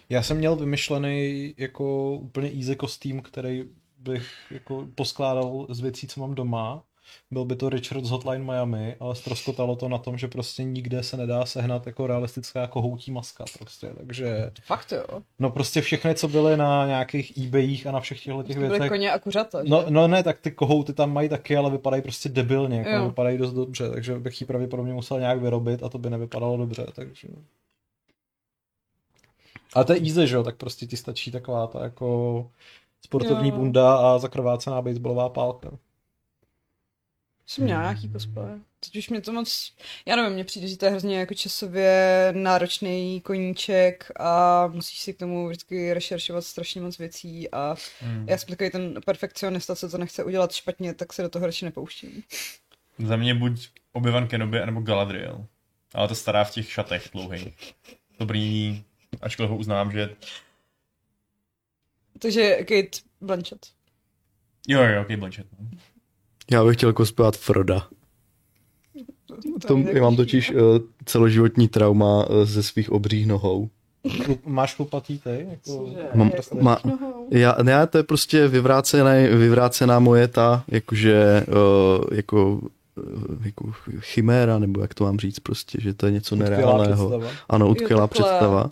Já jsem měl vymyšlený jako úplně easy kostým, který bych jako poskládal z věcí, co mám doma. Byl by to Richard z Hotline Miami, ale ztroskotalo to na tom, že prostě nikde se nedá sehnat jako realistická kohoutí maska prostě, takže
Fakt jo.
no prostě všechny, co byly na nějakých ebayích a na všech těchto těch
Prostě To byly
věcech,
koně a kuřata, že?
No, no ne, tak ty kohouty tam mají taky, ale vypadají prostě debilně,
Jo.
jako vypadají dost dobře, takže bych ji pravděpodobně musel nějak vyrobit a to by nevypadalo dobře, takže... Ale to je easy, že jo, tak prostě ti stačí taková ta jako sportovní
Jo.
jo. bunda a zakrvácená baseballová pálka.
Jsem měla nějaký cosplay. Teď už mě to moc... Já nevím, mně přijde, že to je hrozně jako časově náročný koníček a musíš si k tomu vždycky rešeršovat strašně moc věcí a
Hmm.
já jsem takový ten perfekcionista, co to nechce udělat špatně, tak se do toho radši nepouštím.
Za mě buď Obi-Wan Kenobi, anebo Galadriel. Ale to stará v těch šatech dlouhých. Dobrý, ačkoliv ho uznám, že
Takže Kate Blanchett.
Jo, jo, Kate Blanchett. No.
Já bych chtěl cosplayovat Froda.
To
To,
mi tak
já mám
přijde.
totiž eh, celoživotní trauma eh, ze svých obřích nohou.
Krup, máš chlupatý ty? Jako...
Cože?
Mám,
Prostě.
má,
Nohou.
já, ne, to je prostě vyvrácená, vyvrácená moje ta, jakože, uh, jako, eh, jako chiméra, nebo jak to mám říct prostě, že to je něco
Utkvělá
nereálného.
představa.
Ano,
Jo,
utkvělá
takhle.
představa.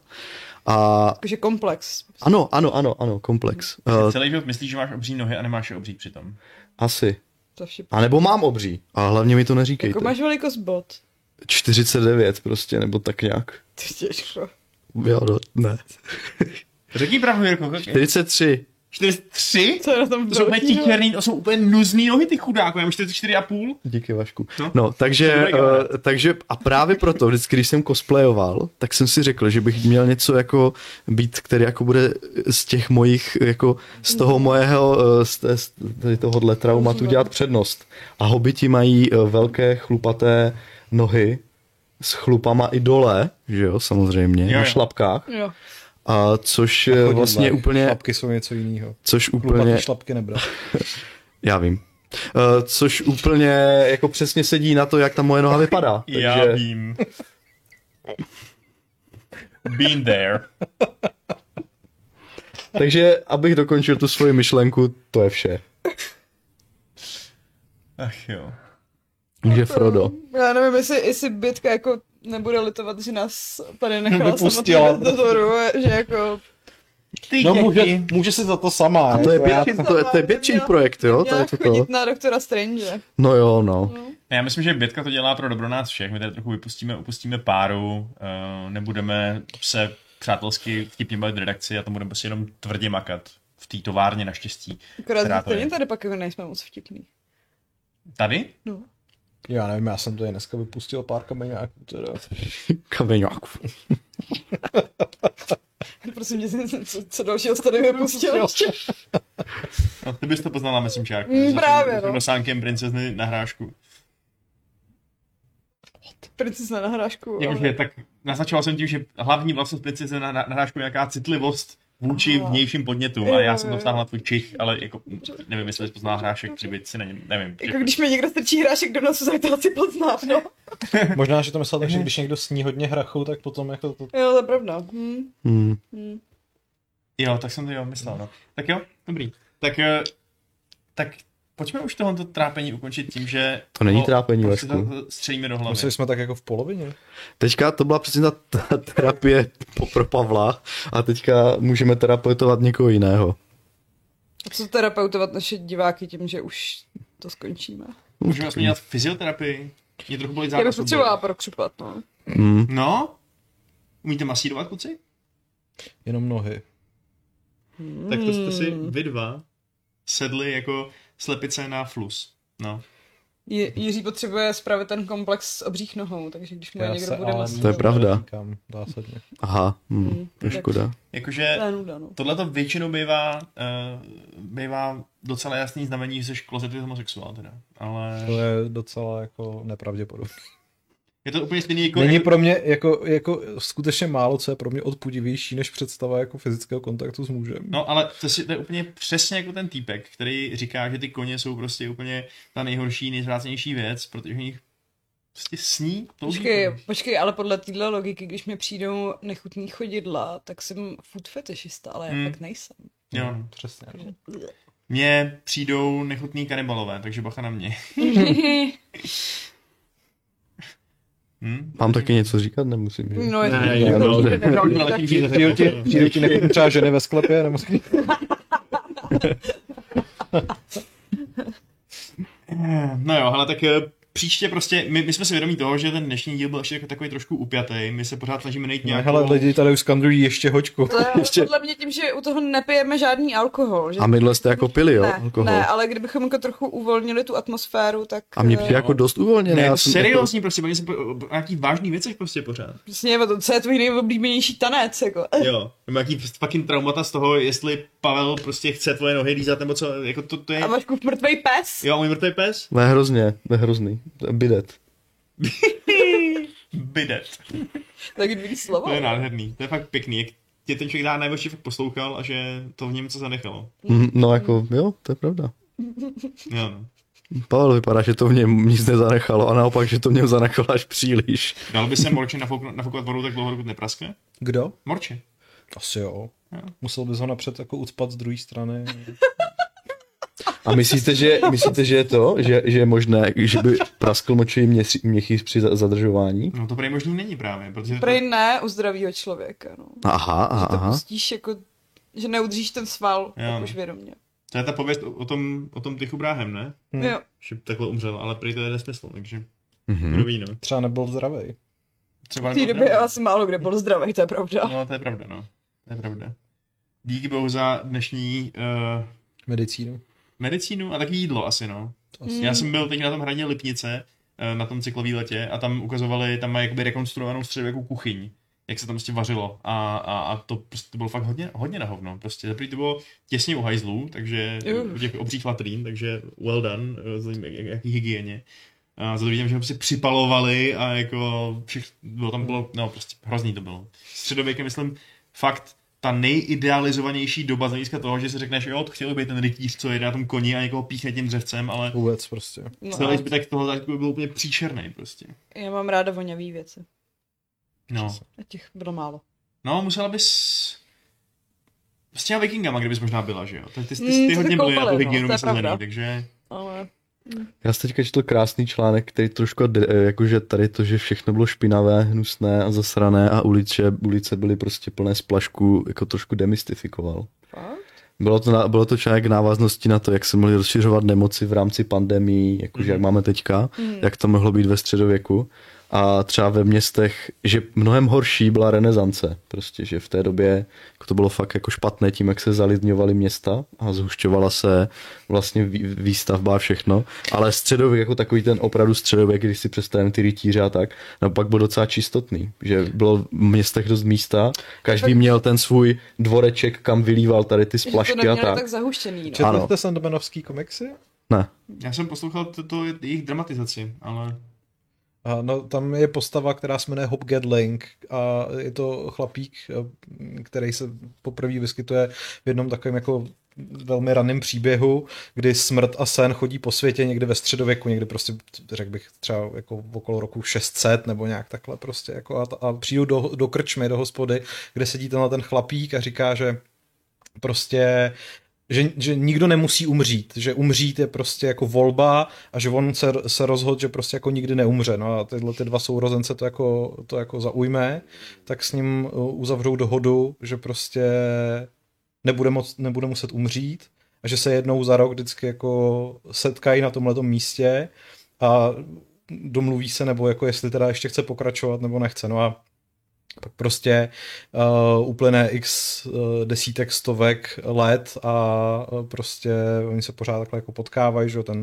A
Jakože komplex.
ano, ano, ano, ano, komplex. Uh,
Celý život myslíš, že máš obří nohy a nemáš je obří přitom.
asi.
To vše.
A nebo mám obří, ale hlavně mi to neříkejte.
Jako máš velikost bod.
49 prostě, nebo tak nějak.
Ty těžko.
Jo, no, ne.
Řekni pravdu, Jirko.
43.
43?
Co je na tom
To jsou úplně
hroutního?
ti černý, to jsou úplně nuzný nohy, ty chudáku, já mám 44,5.
Díky Vašku.
No.
No, no takže,
Dobrý kamarád.
uh, takže a právě proto, vždycky, když jsem cosplayoval, tak jsem si řekl, že bych měl něco jako být, který jako bude z těch mojich, jako z toho mojeho, eh, z, té- z tady tohohle traumatu dělat přednost. A hobiti mají eh, velké chlupaté nohy s chlupama i dole, že jo, samozřejmě,
Jo,
jo,
jo.
na šlapkách,
Jo.
a což eh,
Chodidla,
vlastně úplně,
Šlapky jsou něco jiného.
což
Chlupatý
úplně,
šlapky nebrat.
já vím. Eh, což úplně jako přesně sedí na to, jak ta moje noha vypadá. Takže...
Já vím. Been there.
Takže abych dokončil tu svoji myšlenku, to je vše.
Ach jo.
Takže Frodo.
Já nevím, jestli, jestli Bětka jako nebude litovat, že nás tady nechala
Vypustila.
samotného do dozoru, že jako
Ty
No může,
děti.
může si za to sama.
A
ne?
to je
To já-
pětčin, to je, to je pětčin projekt, jo?
Měla
Tady to,
chodit na doktora Strange.
no jo, no.
Ne, Já myslím, že Bětka to dělá pro dobro nás všech. My tady trochu vypustíme, upustíme páru, eh, nebudeme se přátelsky vtipně bavit v redakci a tam budeme si jenom tvrdě makat v té továrně naštěstí. která
Akorát
to je.
stejně tady pak jako nejsme moc vtipný.
Tady?
No.
Já nevím, já jsem to dneska vypustil pár kameňáků. Teda.
Kameňák.
Prosím tě, co, co dalšího jste tady vypustil?
No, ty bys to poznala, myslím, jako Čárku.
Mm, právě, no.
Nosánkem princezny na hrášku.
Princezna na hrášku.
Jakože, Jako, tak naznačoval jsem tím, že hlavní vlastnost princezny na, na na hrášku je nějaká citlivost vůči vnějším podnětům a já jsem to vztáhl na tvůj čich, ale jako nevím, jestli bys poznal hrášek, kdyby si na něm, nevím. že-
Jako když mi někdo strčí hrášek do nosu, tak to asi poznám, no.
Možná, že to myslel tak, že když někdo sní hodně hrachu, tak potom jako to...
Jo, to je pravda. Hm.
Hmm.
Hm.
Jo, tak jsem to jo myslel, no. Tak jo, dobrý. Tak, eh, tak pojďme už tohoto trápení ukončit tím, že...
To není
ho
trápení,
prostě
Vašku.
to Střejíme do hlavy.
Mysleli jsme tak jako v polovině.
Teďka to byla přesně ta ta terapie po- pro Pavla a teďka můžeme terapeutovat někoho jiného.
A co terapeutovat naše diváky tím, že už to skončíme?
Můžeme vlastně dělat fyzioterapii. Mě trochu bolí
Já bych
zápas.
potřebovala prokřupat, no.
Hmm.
No? Umíte masírovat, kluci?
Jenom nohy.
Hmm. Tak to jste si vy dva sedli jako slepice na flus. No.
Ji- Jiří potřebuje spravit ten komplex s obřích nohou, takže když mu je
Já
někdo
se
bude vlastně
ale
masírovat,
To je pravda.
nedotýkám zásadně.
Aha, hmm.
Hmm,
to je
tak-
škoda.
Jakože...
to je nuda, no.
Tohle to většinou bývá, uh, bývá docela jasný znamení, že jsi klozetový homosexuál teda. Ale
To je docela jako nepravděpodobné.
je to úplně stejný jako...
Není pro mě jako, jako skutečně málo, co je pro mě odpudivější, než představa jako fyzického kontaktu s mužem.
No ale to, si, to je úplně přesně jako ten týpek, který říká, že ty koně jsou prostě úplně ta nejhorší, nejzvrácenější věc, protože v nich prostě sní touží.
Počkej, počkej, ale podle téhle logiky, když mi přijdou nechutný chodidla, tak jsem food fetishista, ale já
Hmm.
fakt nejsem.
Jo, no.
Přesně.
Mně přijdou nechutný kanibalové, takže bacha na mě. Hm?
Mám taky něco říkat? Nemusím. Že?
No, je to
Ne,
je
jo,
to-
dobře.
je to pravda,
Dobře,
tak-
letím přijde
Přijdu ti,
takhle.
přijdu ti nechutný třeba ženy ve sklepě, nebo
No jo, hele, tak eh, příště prostě, my, my jsme si vědomí toho, že ten dnešní díl byl ještě jako takový trošku upjatý, my se pořád snažíme najít
Ne,
nějakou...
hele, lidi tady už skandují ještě hočku.
To je ale
Ještě-
podle mě tím, že u toho nepijeme žádný alkohol. Že...
A minule jste jako pili, jo?
ne,
Alkohol.
ne, eh, ale kdybychom jako trochu uvolnili tu atmosféru, tak
A mě přijde jako dost uvolněné.
Ne,
já
jako
jsem
seriózní prostě, bavíme se po- o o nějakých vážných věcech prostě pořád.
přesně, to, co je tvůj nejoblíbenější tanec, jako.
Jo, nebo nějaký prostě fucking traumata z toho, jestli Pavel prostě chce tvoje nohy lízat, nebo co, jako to, to je...
A Vašku v mrtvej pes.
Jo, můj mrtvý pes?
Ne, hrozně, ne, hrozný. To je Bidet.
Bidet.
Tak dvě slovo.
To je nádherný, to je fakt pěkný, jak tě ten člověk dá najevo, že fakt poslouchal a že to v něm co zanechalo.
Mhm, No jako, jo, to je pravda.
Jo, no.
Pavel vypadá, že to v něm nic nezanechalo a naopak, že to v něm zanechalo až příliš.
Dal by se morče nafouknout- nafoukat vodu tak dlouho, dokud nepraskne?
Kdo?
Morče.
Asi jo.
Jo.
Musel bys ho napřed jako ucpat z druhé strany.
A myslíte, že, myslíte, že je to, že, že je možné, že by praskl močový měsí- měchýř při za- zadržování?
No to prej možný není právě, protože... to-
Prej ne u zdravého člověka, no.
Aha, aha,
To
aha.
pustíš jako, že neudříš ten sval,
Jo,
tak
no.
už vědomě.
To je ta pověst o o tom, o tom Tychu Bráhem, ne?
Hm.
Jo.
Že takhle umřel, ale prý to je nesmysl, takže
Mhm.
kdo ví, no.
Třeba nebyl zdravý.
Třeba
V té
nebyl
době
zdravý.
asi málo kde byl zdravý, to je pravda.
No, to je pravda, no. To je pravda. Díky bohu za dnešní uh,
Medicínu.
medicínu a taky jídlo asi, no.
Asi.
Já jsem byl teď na tom hradě Lipnice, eh, na tom cyklový letě a tam ukazovali, tam mají jakoby rekonstruovanou středověkou kuchyň, jak se tam prostě vařilo a, a, a to, prostě, to bylo fakt hodně, hodně na hovno. Prostě zaprý to bylo těsně u hajzlů, takže
Uf.
u těch obřích latrín, takže well done, eh, vzhledem jak, jak, jaký hygieně. A za to vidím, že ho prostě připalovali a jako všich, bylo tam bylo, no prostě hrozný to bylo. Středověkem, myslím, fakt ta nejidealizovanější doba z hlediska toho, že si řekneš, jo, to chtěl být ten rytíř, co jede na tom koni a někoho píchne tím dřevcem, ale
Vůbec prostě.
No,
celý zbytek toho zážitku byl úplně příšerný prostě.
já mám ráda voňavý věci.
No.
A těch bylo málo.
No, musela bys... S těma vikingama, kdybys možná byla, že jo? Tak ty, ty,
Mm,
ty, hodně
to se
byly na
koupali,
tu
no,
hygienu
to je
myslený,
pravda.
takže...
Ale
Já jsem teďka četl krásný článek, který trošku, de- eh, jakože tady to, že všechno bylo špinavé, hnusné a zasrané a ulice, ulice byly prostě plné splašků, jako trošku demystifikoval.
Fakt?
Bylo to, na, bylo to článek v návaznosti na to, jak se mohly rozšiřovat nemoci v rámci pandemii, jakože jak máme teďka, jak to mohlo být ve středověku. A třeba ve městech, že mnohem horší byla renesance. Prostě, že v té době jako to bylo fakt jako špatné tím, jak se zalidňovaly města a zhušťovala se vlastně vý- výstavba a všechno. Ale středověk, jako takový ten opravdu středověk, když si představím ty rytíře a tak, naopak byl docela čistotný, že bylo v městech dost místa, každý měl ten svůj dvoreček, kam vylíval tady ty
Že to
splašky a
nemělo
tak.
tak zahuštěný, no.
Četli
Ano.
jste Sandmanovský komiksy?
Ne.
Já jsem poslouchal tuto jejich dramatizaci, ale...
A no, tam je postava, která se jmenuje Hop Gadling a je to chlapík, eh, který se poprvé vyskytuje v jednom takovém jako velmi raném příběhu, kdy smrt a sen chodí po světě někdy ve středověku, někdy prostě, řekl bych, třeba jako okolo roku 600 nebo nějak takhle prostě. Jako a, ta- a přijdu do, do krčmy, do hospody, kde sedí tenhle ten chlapík a říká, že prostě že, že nikdo nemusí umřít, že umřít je prostě jako volba a že on se, se rozhodl, že prostě jako nikdy neumře. No a tyhle ty dva sourozence to jako, to jako zaujme, tak s ním uh, uzavřou dohodu, že prostě nebude, moc, nebude muset umřít a že se jednou za rok vždycky jako setkají na tomhle místě a domluví se, nebo jako jestli teda ještě chce pokračovat, nebo nechce. No a pak prostě uh, uplyne x uh, desítek, stovek let a uh, prostě oni se pořád takhle jako potkávají, že jo, ten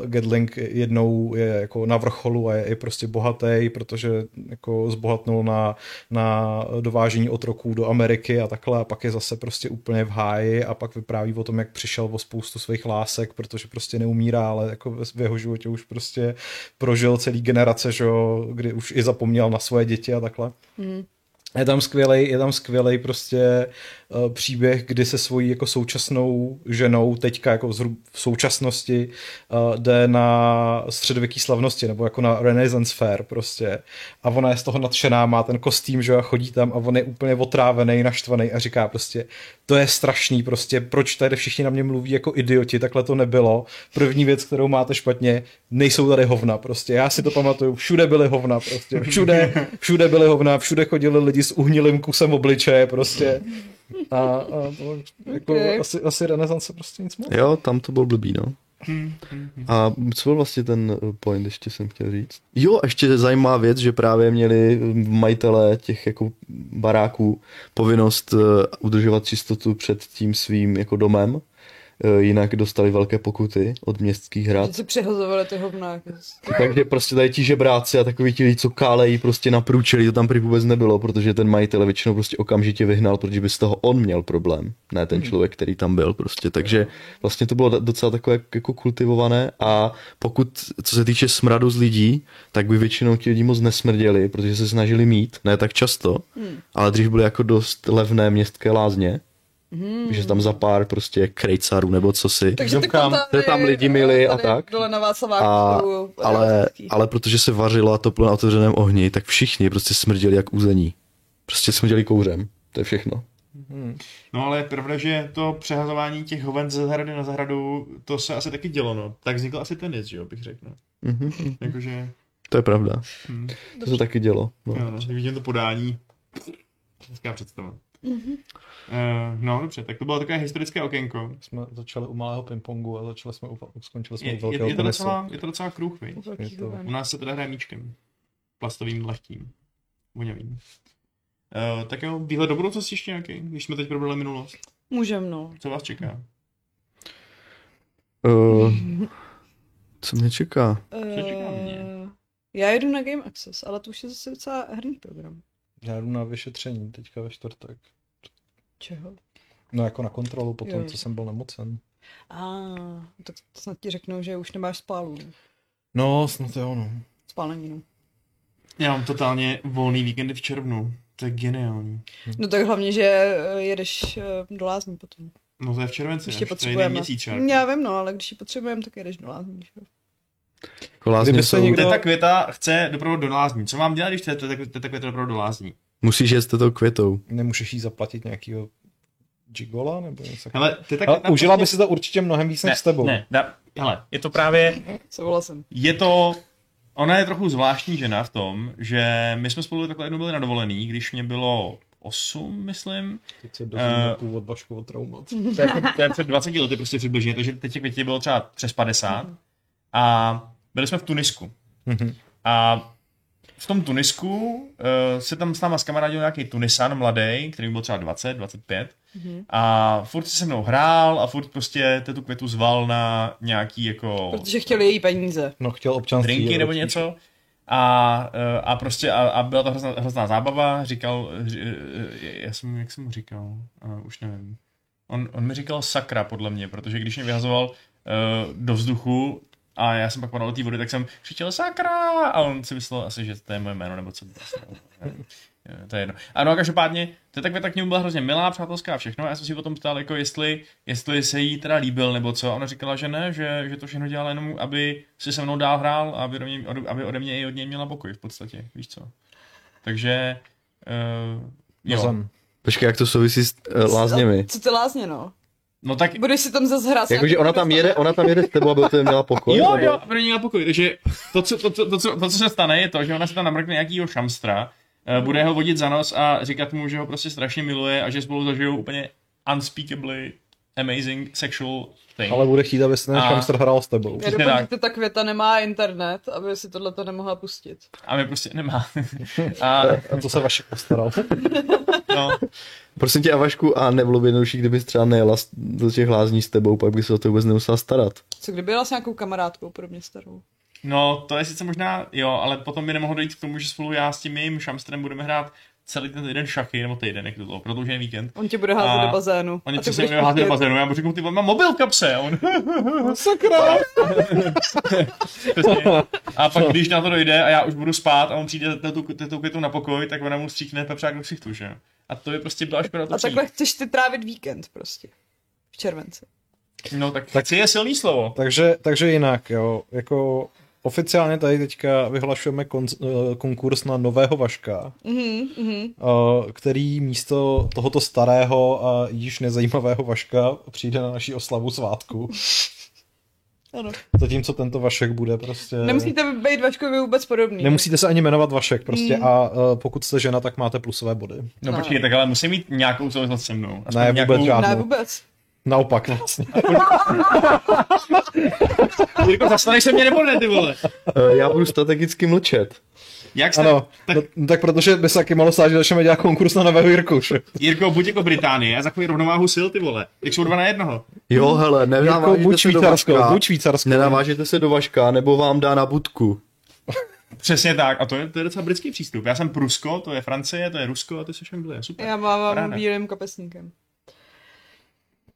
uh, Gedling jednou je jako na vrcholu a je, je prostě bohatý, protože jako zbohatnul na, na dovážení otroků do Ameriky a takhle a pak je zase prostě úplně v háji a pak vypráví o tom, jak přišel o spoustu svých lásek, protože prostě neumírá, ale jako ve- v jeho životě už prostě prožil celý generace, že jo, kdy už i zapomněl na svoje děti a takhle. Je tam skvělej, je tam skvělej prostě eh, příběh, kdy se svojí jako současnou ženou teďka jako zhrub, v současnosti eh, jde na středověký slavnosti nebo jako na Renaissance Fair prostě a ona je z toho nadšená, má ten kostým, že jo, a chodí tam a on je úplně otrávený, naštvaný a říká prostě, to je strašný prostě, proč tady všichni na mě mluví jako idioti, takhle to nebylo. První věc, kterou máte špatně, nejsou tady hovna prostě, já si to pamatuju, všude byly hovna prostě, všude, všude byly hovna, všude chodili lidi s uhnilým kusem obličeje prostě. A, a to, jako,
Ok.
asi, asi renesance prostě nic moc.
Jo, tam to byl blbý, no. A co byl vlastně ten eh, point, ještě jsem chtěl říct? Jo, ještě zajímavá věc, že právě měli eh, majitelé těch jako baráků povinnost eh, udržovat čistotu před tím svým jako domem, Eh, jinak dostali velké pokuty od městských hrad.
Že si přehazovali ty hovna. jako z-
Takže prostě tady ti žebráci a takový ti lidi, co kálejí prostě na průčelí, to tam prý vůbec nebylo, protože ten majitel je většinou prostě okamžitě vyhnal, protože by z toho on měl problém, ne ten člověk, který tam byl prostě. Takže vlastně to bylo docela takové jako kultivované a pokud, co se týče smradu z lidí, tak by většinou ti lidi moc nesmrděli, protože se snažili mít, ne tak často, ale dřív byly jako dost levné městské lázně, že tam za pár prostě krejcarů nebo co si.
Takže ty
Dovkám,
kontany,
že tam lidi mili a
tady
tak.
Dole na
A,
Václaváku. jako jsou
ale,
obrovský.
ale protože se vařilo a toplo na otevřeném ohni, tak všichni prostě smrděli jak úzení. Prostě smrděli kouřem. To je všechno.
No ale je pravda, že to přehazování těch hoven ze zahrady na zahradu, to se asi taky dělo, no. Tak vznikl asi tenis, že jo, bych řekl. No.
Mhm.
Jakože,
To je pravda.
hm,
To se taky dělo. No.
jo, no, tak vidím to podání. Hezká představa.
Mhm,
Uh, no, dobře, tak to bylo takové historické okénko.
Jsme začali u malého pingpongu a začali jsme u, skončili jsme
Je,
u velkého
je, je, to
tenisu.
docela, je to docela kruh, viď?
Velký
je to-
hoven.
U nás se teda hraje míčkem. Plastovým, lehkým. Voňavým. Uh, tak jo, výhled do budoucnosti ještě nějaký, když jsme teď probrali minulost.
Můžem, no.
Co vás čeká?
Uh, co mě čeká?
Co čeká mě?
Eh, Já jedu na Game Access, ale to už je zase docela herní program.
Já jdu na vyšetření teďka ve čtvrtek.
Čeho?
No jako na kontrolu po tom,
Jo.
co jsem byl nemocen.
A tak snad ti řeknou, že už nemáš spálu. no.
No, snad jo, no.
Spáleninu.
Já mám totálně volný víkendy v červnu. To je geniální.
No tak hlavně, že eh, jedeš eh, do lázní potom.
No to je v červenci,
Ještě
ne? to je jeden
potřebujeme.
měsíc. čárku.
Já vím, no, ale když ji potřebujeme, tak jedeš do lázní. Že? jo.
Kolázně
Kdyby se
Jako jsou...
někdo-
Teta květa chce doprovod do lázní. Co mám dělat, když teta, teta květa doprovod do lázní?
Musíš jet s tetou květou.
Nemůžeš jí zaplatit nějakýho Gigola nebo něco takového.
Hele, ty tak
Ale
naprosto-
užila by si to určitě mnohem víc
ne,
než s tebou.
Ne, da, hele, je to právě,
Souhlasila jsem.
je to, ona je trochu zvláštní žena v tom, že my jsme spolu takhle jednou byli na dovolený, když mě bylo 8, myslím,
Teď se
dozvíme Eh.
původ Bašku o traumat.
to je, jako- to je před 20 lety prostě přibližně, takže teď těch dětí bylo třeba přes 50 a byli jsme v Tunisku.
Mhm.
A v tom Tunisku uh, se tam s náma s kamarádil nějaký Tunisan mladý, který mu byl třeba 20, 25.
Mhm.
Mm-hmm. A furt se se mnou hrál a furt prostě tu květu zval na nějaký jako
Protože chtěli její peníze.
No chtěl občanství.
drinky nebo
evropský.
něco. A, eh, a prostě a, a byla to hrozná, hrozná zábava, říkal, ři- eh, já jsem, jak jsem mu říkal, uh, už nevím. On, on mi říkal sakra, podle mě, protože když mě vyhazoval uh, do vzduchu a já jsem pak padal do té vody, tak jsem křičel sakra a on si myslel asi, že to je moje jméno, nebo co. Nevím. Eh, To je jedno. Ano, a každopádně, to tak tak k němu byla hrozně milá, přátelská a všechno. A já jsem si potom ptal, jako jestli, jestli se jí teda líbil nebo co. A ona říkala, že ne, že, že to všechno dělala jenom, aby si se mnou dál hrál a aby, ode mě, aby ode mě i od něj měla pokoj v podstatě, víš co. Takže, uh, jo.
Zem.
Počkej, jak to souvisí s uh, lázněmi?
Co ty lázně, no?
No tak
Budeš si tam zase hrát. s
Jakože
nějakou
ona tam jede, ona tam jede s tebou, aby to měla pokoj.
Jo,
nebo-
jo, aby do ní měla pokoj. Takže to co, to, to, to, co, to, co se stane, je to, že ona se tam namrkne nějakýho šamstra, eh, bude ho vodit za nos a říkat mu, že ho prostě strašně miluje a že spolu zažijou úplně unspeakably amazing sexual thing.
Ale bude chtít, aby se ten
A-
hamster hrál s tebou.
Já
Přesně
doufám,
tak.
že to ta květa nemá internet, aby si tohle to nemohla pustit.
A my prostě nemá. A,
A to se Vašek postaral.
no,
Prosím tě, Avašku, a nebylo by jednodušší, kdybys třeba nejela s- do těch lázní s tebou, pak by se o to vůbec nemusela starat.
Co kdyby jela s nějakou kamarádkou podobně starou?
no, to je sice možná, jo, ale potom by nemohlo dojít k tomu, že spolu já s tím mým šamstrem budeme hrát celý ten týden šachy, nebo týden, jak to bylo, prodloužený víkend.
On tě bude házet
A
do bazénu.
Oni
a ty
přesně
budeš
budou házet do
prostě-
bazénu, já mu řeknu, ty vole, mám mobil v kapse, a on,
Sakra!
Přesně. A pak, když na to dojde a já už budu spát a on přijde tu květu na pokoj, tak ona mu stříkne pepřák do ksichtu, že jo? A to by prostě byla škoda to
A
přijít.
takhle chceš ty trávit víkend prostě. V červenci.
No tak, tak si je silný slovo.
Takže, takže jinak, jo, jako oficiálně tady teďka vyhlašujeme kon, eh, konkurs na nového Vaška,
Mhm, mhm.
eh, který místo tohoto starého a již nezajímavého Vaška přijde na naši oslavu svátku.
Ano.
Zatímco tento Vašek bude prostě...
Nemusíte být Vaškovi vůbec podobný.
Nemusíte se ani jmenovat Vašek prostě a eh, pokud jste žena, tak máte plusové body.
No,
No.
počkej, tak ale musí mít nějakou souvislost se mnou. Aspoň
Ne,
nějakou...
vůbec žádnou.
Ne, vůbec.
Naopak vlastně.
Jirko, zastaneš se mě nebo ne, ty vole?
Eh, Já budu strategicky mlčet.
Jak jste...
Ano,
ano.
tak, no, tak protože by se taky malo stát, že začneme dělat konkurs na nového Jirku. že?
Jirko, buď jako Británie, já zachovuji rovnováhu sil, ty vole. Jak jsou dva na jednoho.
Jo, hele,
Jako
Jirko,
nedávážete
buď
se do
Švýcarsko,
Vaška.
buď Švýcarsko.
Nedávážete se do Vaška, nebo vám dá na budku.
Přesně tak, a to je, to je docela britský přístup. Já jsem Prusko, to je Francie, to je Rusko a ty jsi Anglie, super.
Já mám
Paráda.
bílým kapesníkem.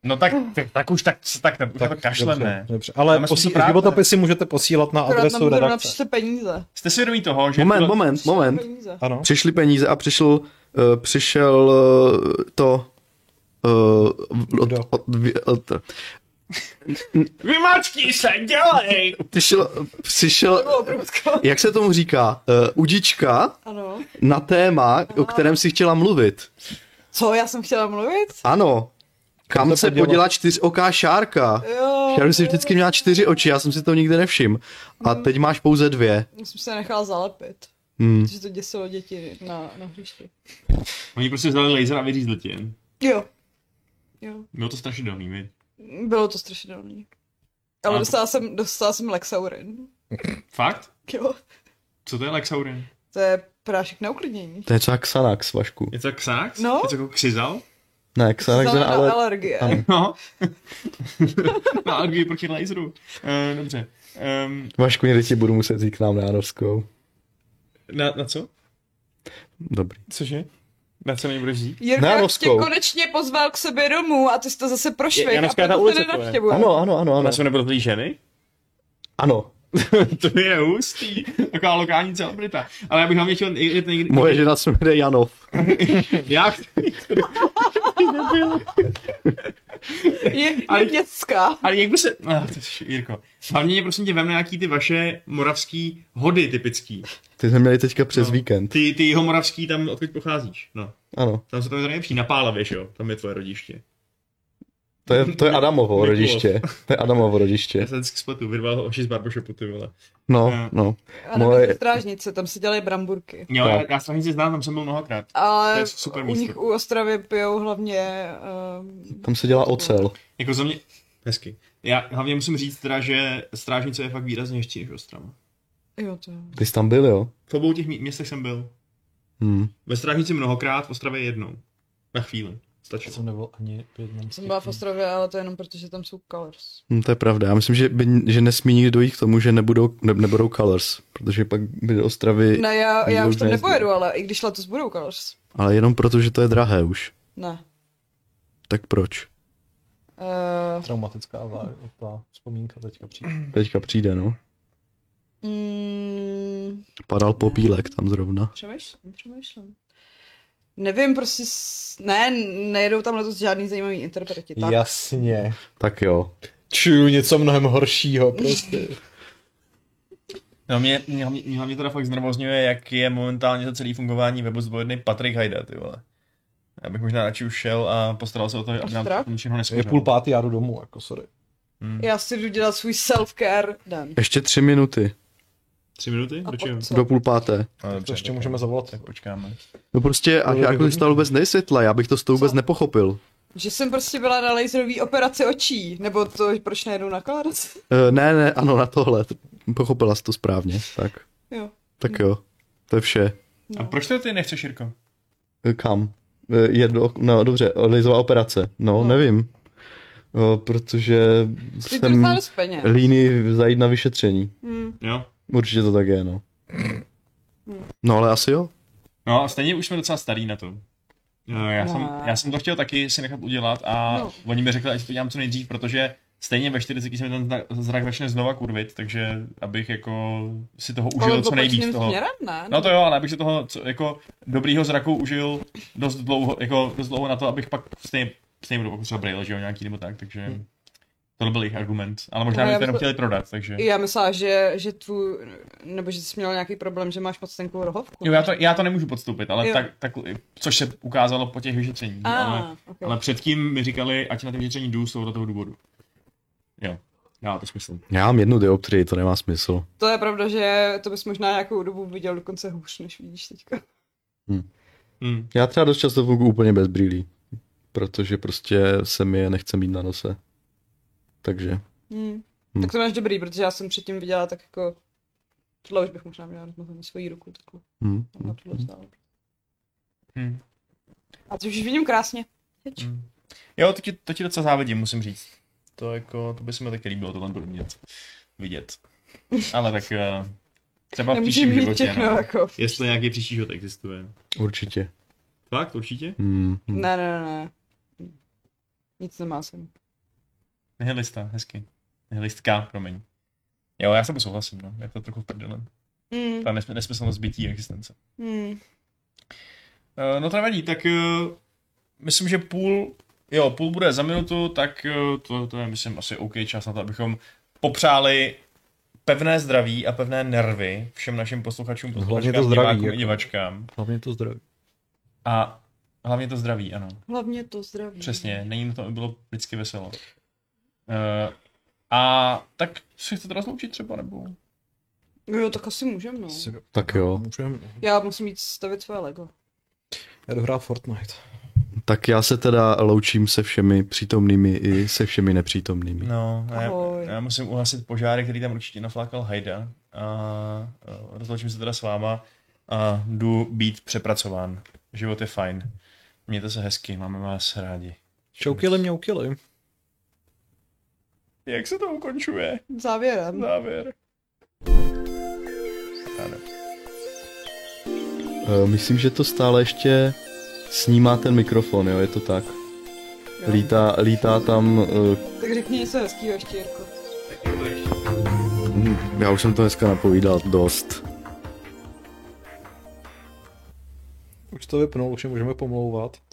No tak, tak, tak už tak, tak, tak, už na to kašleme.
Dobře, dobře. Ale
Dáme si
posí...
to právě.
životopisy můžete posílat na
Akorát
adresu
nám budou
redakce.
napříště peníze.
Jste si vědomí toho, že...
Moment,
tuhle-
moment, moment.
Peníze.
Ano.
Přišly peníze a přišel, eh, přišel eh, to... eh, Od,
Kdo?
od, od, od,
Vymačkni se, dělej!
přišel, přišel,
Bylo průzko.
jak se tomu říká, eh, udička
Ano.
na téma, o kterém si chtěla mluvit.
Co, já jsem chtěla mluvit?
Ano. Kam
to
se
podělo?
podělá čtyřoká šárka?
Jo.
Šárka si vždycky měla čtyři oči, já jsem si to nikdy nevšiml. A teď máš pouze dvě.
Já jsem se nechala zalepit.
Hmm.
Protože to děsilo děti na, na hřišti.
Oni prostě vzali laser a vyřízli tě.
Jo. Jo.
Bylo to strašidelný, mi.
Bylo to strašidelný. Ale
A-
dostala jsem, dostala jsem Lexaurin.
Fakt?
Jo.
Co to je Lexaurin?
To je prášek na uklidnění.
To je třeba Xanax, Vašku.
Je to jak Xanax?
No.
Je to jako křizal?
Ne, Xanax,
Zelená
ne, ale...
alergie.
Ano.
No. Na alergii proti laseru. Eh, dobře. Ehm,
Vašku, někdy ti budu muset říct k nám na Janovskou.
na, na co?
Dobrý.
Cože? Na co mě budeš říct?
Jirka už tě
Nánoskou.
konečně pozval k sobě domů a ty jsi to zase prošvih.
Je- Janovská
a
ta
proto
ulice
tě
to je.
nenavštěvuje.
Ano, ano, ano, ano.
Na co nebyl ženy?
Ano.
to je hustý. Taková lokální celebrita. Ale já bych hlavně chtěl jet někdy...
Moje žena se jmenuje Janov.
Já chci...
Je,
Ale-
je dětská.
Ale jak by se... Ah, to je- Jirko. Hlavně mě prosím tě vem na nějaký ty vaše moravský hody typický.
Ty jsme měli teďka přes
No.
víkend.
Ty, ty jeho moravský tam odkud pocházíš. No.
Ano.
Tam se to mi to nejlepší na Pálavě, že jo? Tam je tvoje rodiště.
To je, to je Adamovo
Nikulov.
rodiště. To je Adamovo
Já
rodiště.
se vždycky spletu, vyrval ho oši z barbershopu, ty vole.
No, no.
A nebo
Moje,
Moje... strážnice, tam si dělají bramburky.
Jo,
Tak.
já, já stanici znám, tam jsem byl mnohokrát.
Ale
To je super
u
místo.
nich u Ostravy pijou hlavně... Uh,
tam se dělá ocel.
Jako za mě, hezky. Já hlavně musím říct teda, že strážnice je fakt výrazně ještě než Ostrava.
jo, to jo.
Ty jsi tam byl, jo?
V obou těch mí- městech jsem byl.
Hmm.
Ve strážnici mnohokrát, v Ostravě jednou. Na chvíli. Stačí.
jsem nebyl ani v jednom z
Jsem
těch
byla v
týdnů.
Ostravě, ale to je jenom proto, že tam jsou colors.
Hmm, to je pravda. Já myslím, že, by, že nesmí nikdy dojít k tomu, že nebudou, ne, nebudou colors, protože pak by do Ostravy,
Ne, já, já
Nikdo
už tam
nejezdí.
nepojedu, ale i když letos budou colors.
ale jenom proto, že to je drahé už.
Ne.
Tak proč?
Uh,
Traumatická vá- ta vzpomínka teďka přijde.
Teďka přijde, no.
mm,
Padal popílek tam zrovna.
přemýšlím, přemýšlím. Nevím, prostě... S... Ne, nejedou tam letos žádný zajímavý interpreti. Tak.
Jasně.
Tak jo.
Čuju něco mnohem horšího prostě.
No mě, mě, mě, mě hlavně teda fakt znervozňuje, jak je momentálně za celý fungování webu zodpovědný Patrik Hajda, ty vole. Já bych možná radši už šel a postaral se o to, aby nám
Ostrov?
ničeho
Je
neskužil.
půl pátý, já jdu domů, jako sorry.
Já si jdu dělat svůj self-care den.
Ještě tři minuty.
Tři minuty? Do
A pak
čeho?
co?
Do půl páté.
A,
To
dobře,
ještě
tak-
můžeme zavolat.
Tak počkáme.
No prostě, a
To je
jako
dobrý.
jsi to vůbec nevysvětla, já bych to s tou vůbec
Co?
nepochopil.
Že jsem prostě byla na laserové operaci očí, nebo to, proč nejedu na colors?
E, ne, ne, ano, na tohle. Pochopila jsi to správně. Tak,
Jo.
tak jo. To je vše.
No.
A proč to ty nechceš, Jirko?
E, Kam? E, Jedno, no dobře, Lizová operace. No, nevím. E, protože
Ty
jsem
dostala dost peněz.
líný zajít na vyšetření.
Hmm.
Jo.
Určitě to tak je, no. No ale asi jo.
No a stejně už jsme docela starý na to. No, já, jsem,
Ne.
já jsem to chtěl taky si nechat udělat a
No.
no. oni mi řekli, ať to dělám co nejdřív, protože stejně ve 40 se mi ten zrak- zrak začne znova kurvit, takže abych jako si toho užil
Ale
co nejvíc
opačným
toho.
směrem, ne?
No to jo, ale abych si toho co, jako dobrýho zraku užil dost dlouho, jako dost dlouho na to, abych pak stejně, stejně budu třeba brýle, že jo, nějaký nebo tak, takže tohle byl jejich argument, ale možná
Hm. No,
mi
já
to jenom
mysle-
chtěli prodat, takže.
I No. Já myslela, že, že tu, nebo že jsi měl nějaký problém, že máš moc tenkou rohovku.
Jo, já to, já to nemůžu podstoupit, ale
Jo.
tak, tak, což se ukázalo po těch vyšetřeních,
Ah,
ale,
okay.
ale předtím mi říkali, ať na ty vyšetření jdu z tohoto toho důvodu. Jo, já to smysl.
Já mám jednu dioptrii, to nemá smysl.
To je pravda, že to bys možná nějakou dobu viděl dokonce hůř, než vidíš teďka.
Hmm.
Já třeba dost často funguji úplně bez brýlí, protože prostě se mi je nechce mít na nose. Takže.
Hmm.
Hmm.
Tak to máš dobrý, protože já jsem předtím viděla tak jako... Tohle už bych možná měla rozmazat svoji ruku, takhle.
Hm.
Ona tohle vzdála.
Hmm.
A to už vidím krásně.
Jo, to ti, to ti docela závidím, musím říct. To jako, to by se mi taky líbilo tohle umět vidět. Ale tak eh, třeba v
Nemůžu
příštím
mít
životě,
všechno,
no.
jako.
Jestli nějaký příští život existuje.
Určitě.
Fakt, určitě?
Hm. hm.
Ne, ne, ne. Nic nemá jsem.
Nihilista, hezky. Nihilistka, promiň. Jo, já s tebou souhlasím, no. Je to trochu v prdele.
Mm,
Ta nesm- nesmyslnost bytí existence. hm.
mm.
Eh, No to nevadí, tak eh, myslím, že půl, jo, půl bude za minutu, tak eh, to, to je myslím asi OK čas na to, abychom popřáli pevné zdraví a pevné nervy všem našim posluchačům,
Hlavně to
posluchačkám,
zdraví,
divákům i
jako.
divačkám.
Hlavně to zdraví.
A hlavně to zdraví, ano.
Hlavně to zdraví.
Přesně, není na to, aby bylo vždycky veselo. Eh, a tak si chcete rozloučit třeba, nebo?
Jo, tak asi můžem, no.
Tak jo.
Můžem.
Já musím jít stavit své Lego.
Já jdu hrát Fortnite.
Tak já se teda loučím se všemi přítomnými i se všemi nepřítomnými.
No, já,
Ahoj.
já musím uhasit požáry, který tam určitě naflákal Hajda. A, a rozloučím se teda s váma a jdu být přepracován. Život je fajn. Mějte se hezky, máme vás rádi.
Čoukili mě ukili.
Jak se to ukončuje?
Závěrem.
No. Závěr. Ano.
Eh, Myslím, že to stále ještě snímá ten mikrofon, jo, je to tak.
Jo.
Lítá, lítá tam, eh,
Tak řekni něco hezkýho ještě, Jirko.
hm, já už jsem to dneska napovídal dost.
Už to vypnul, už je můžeme pomlouvat.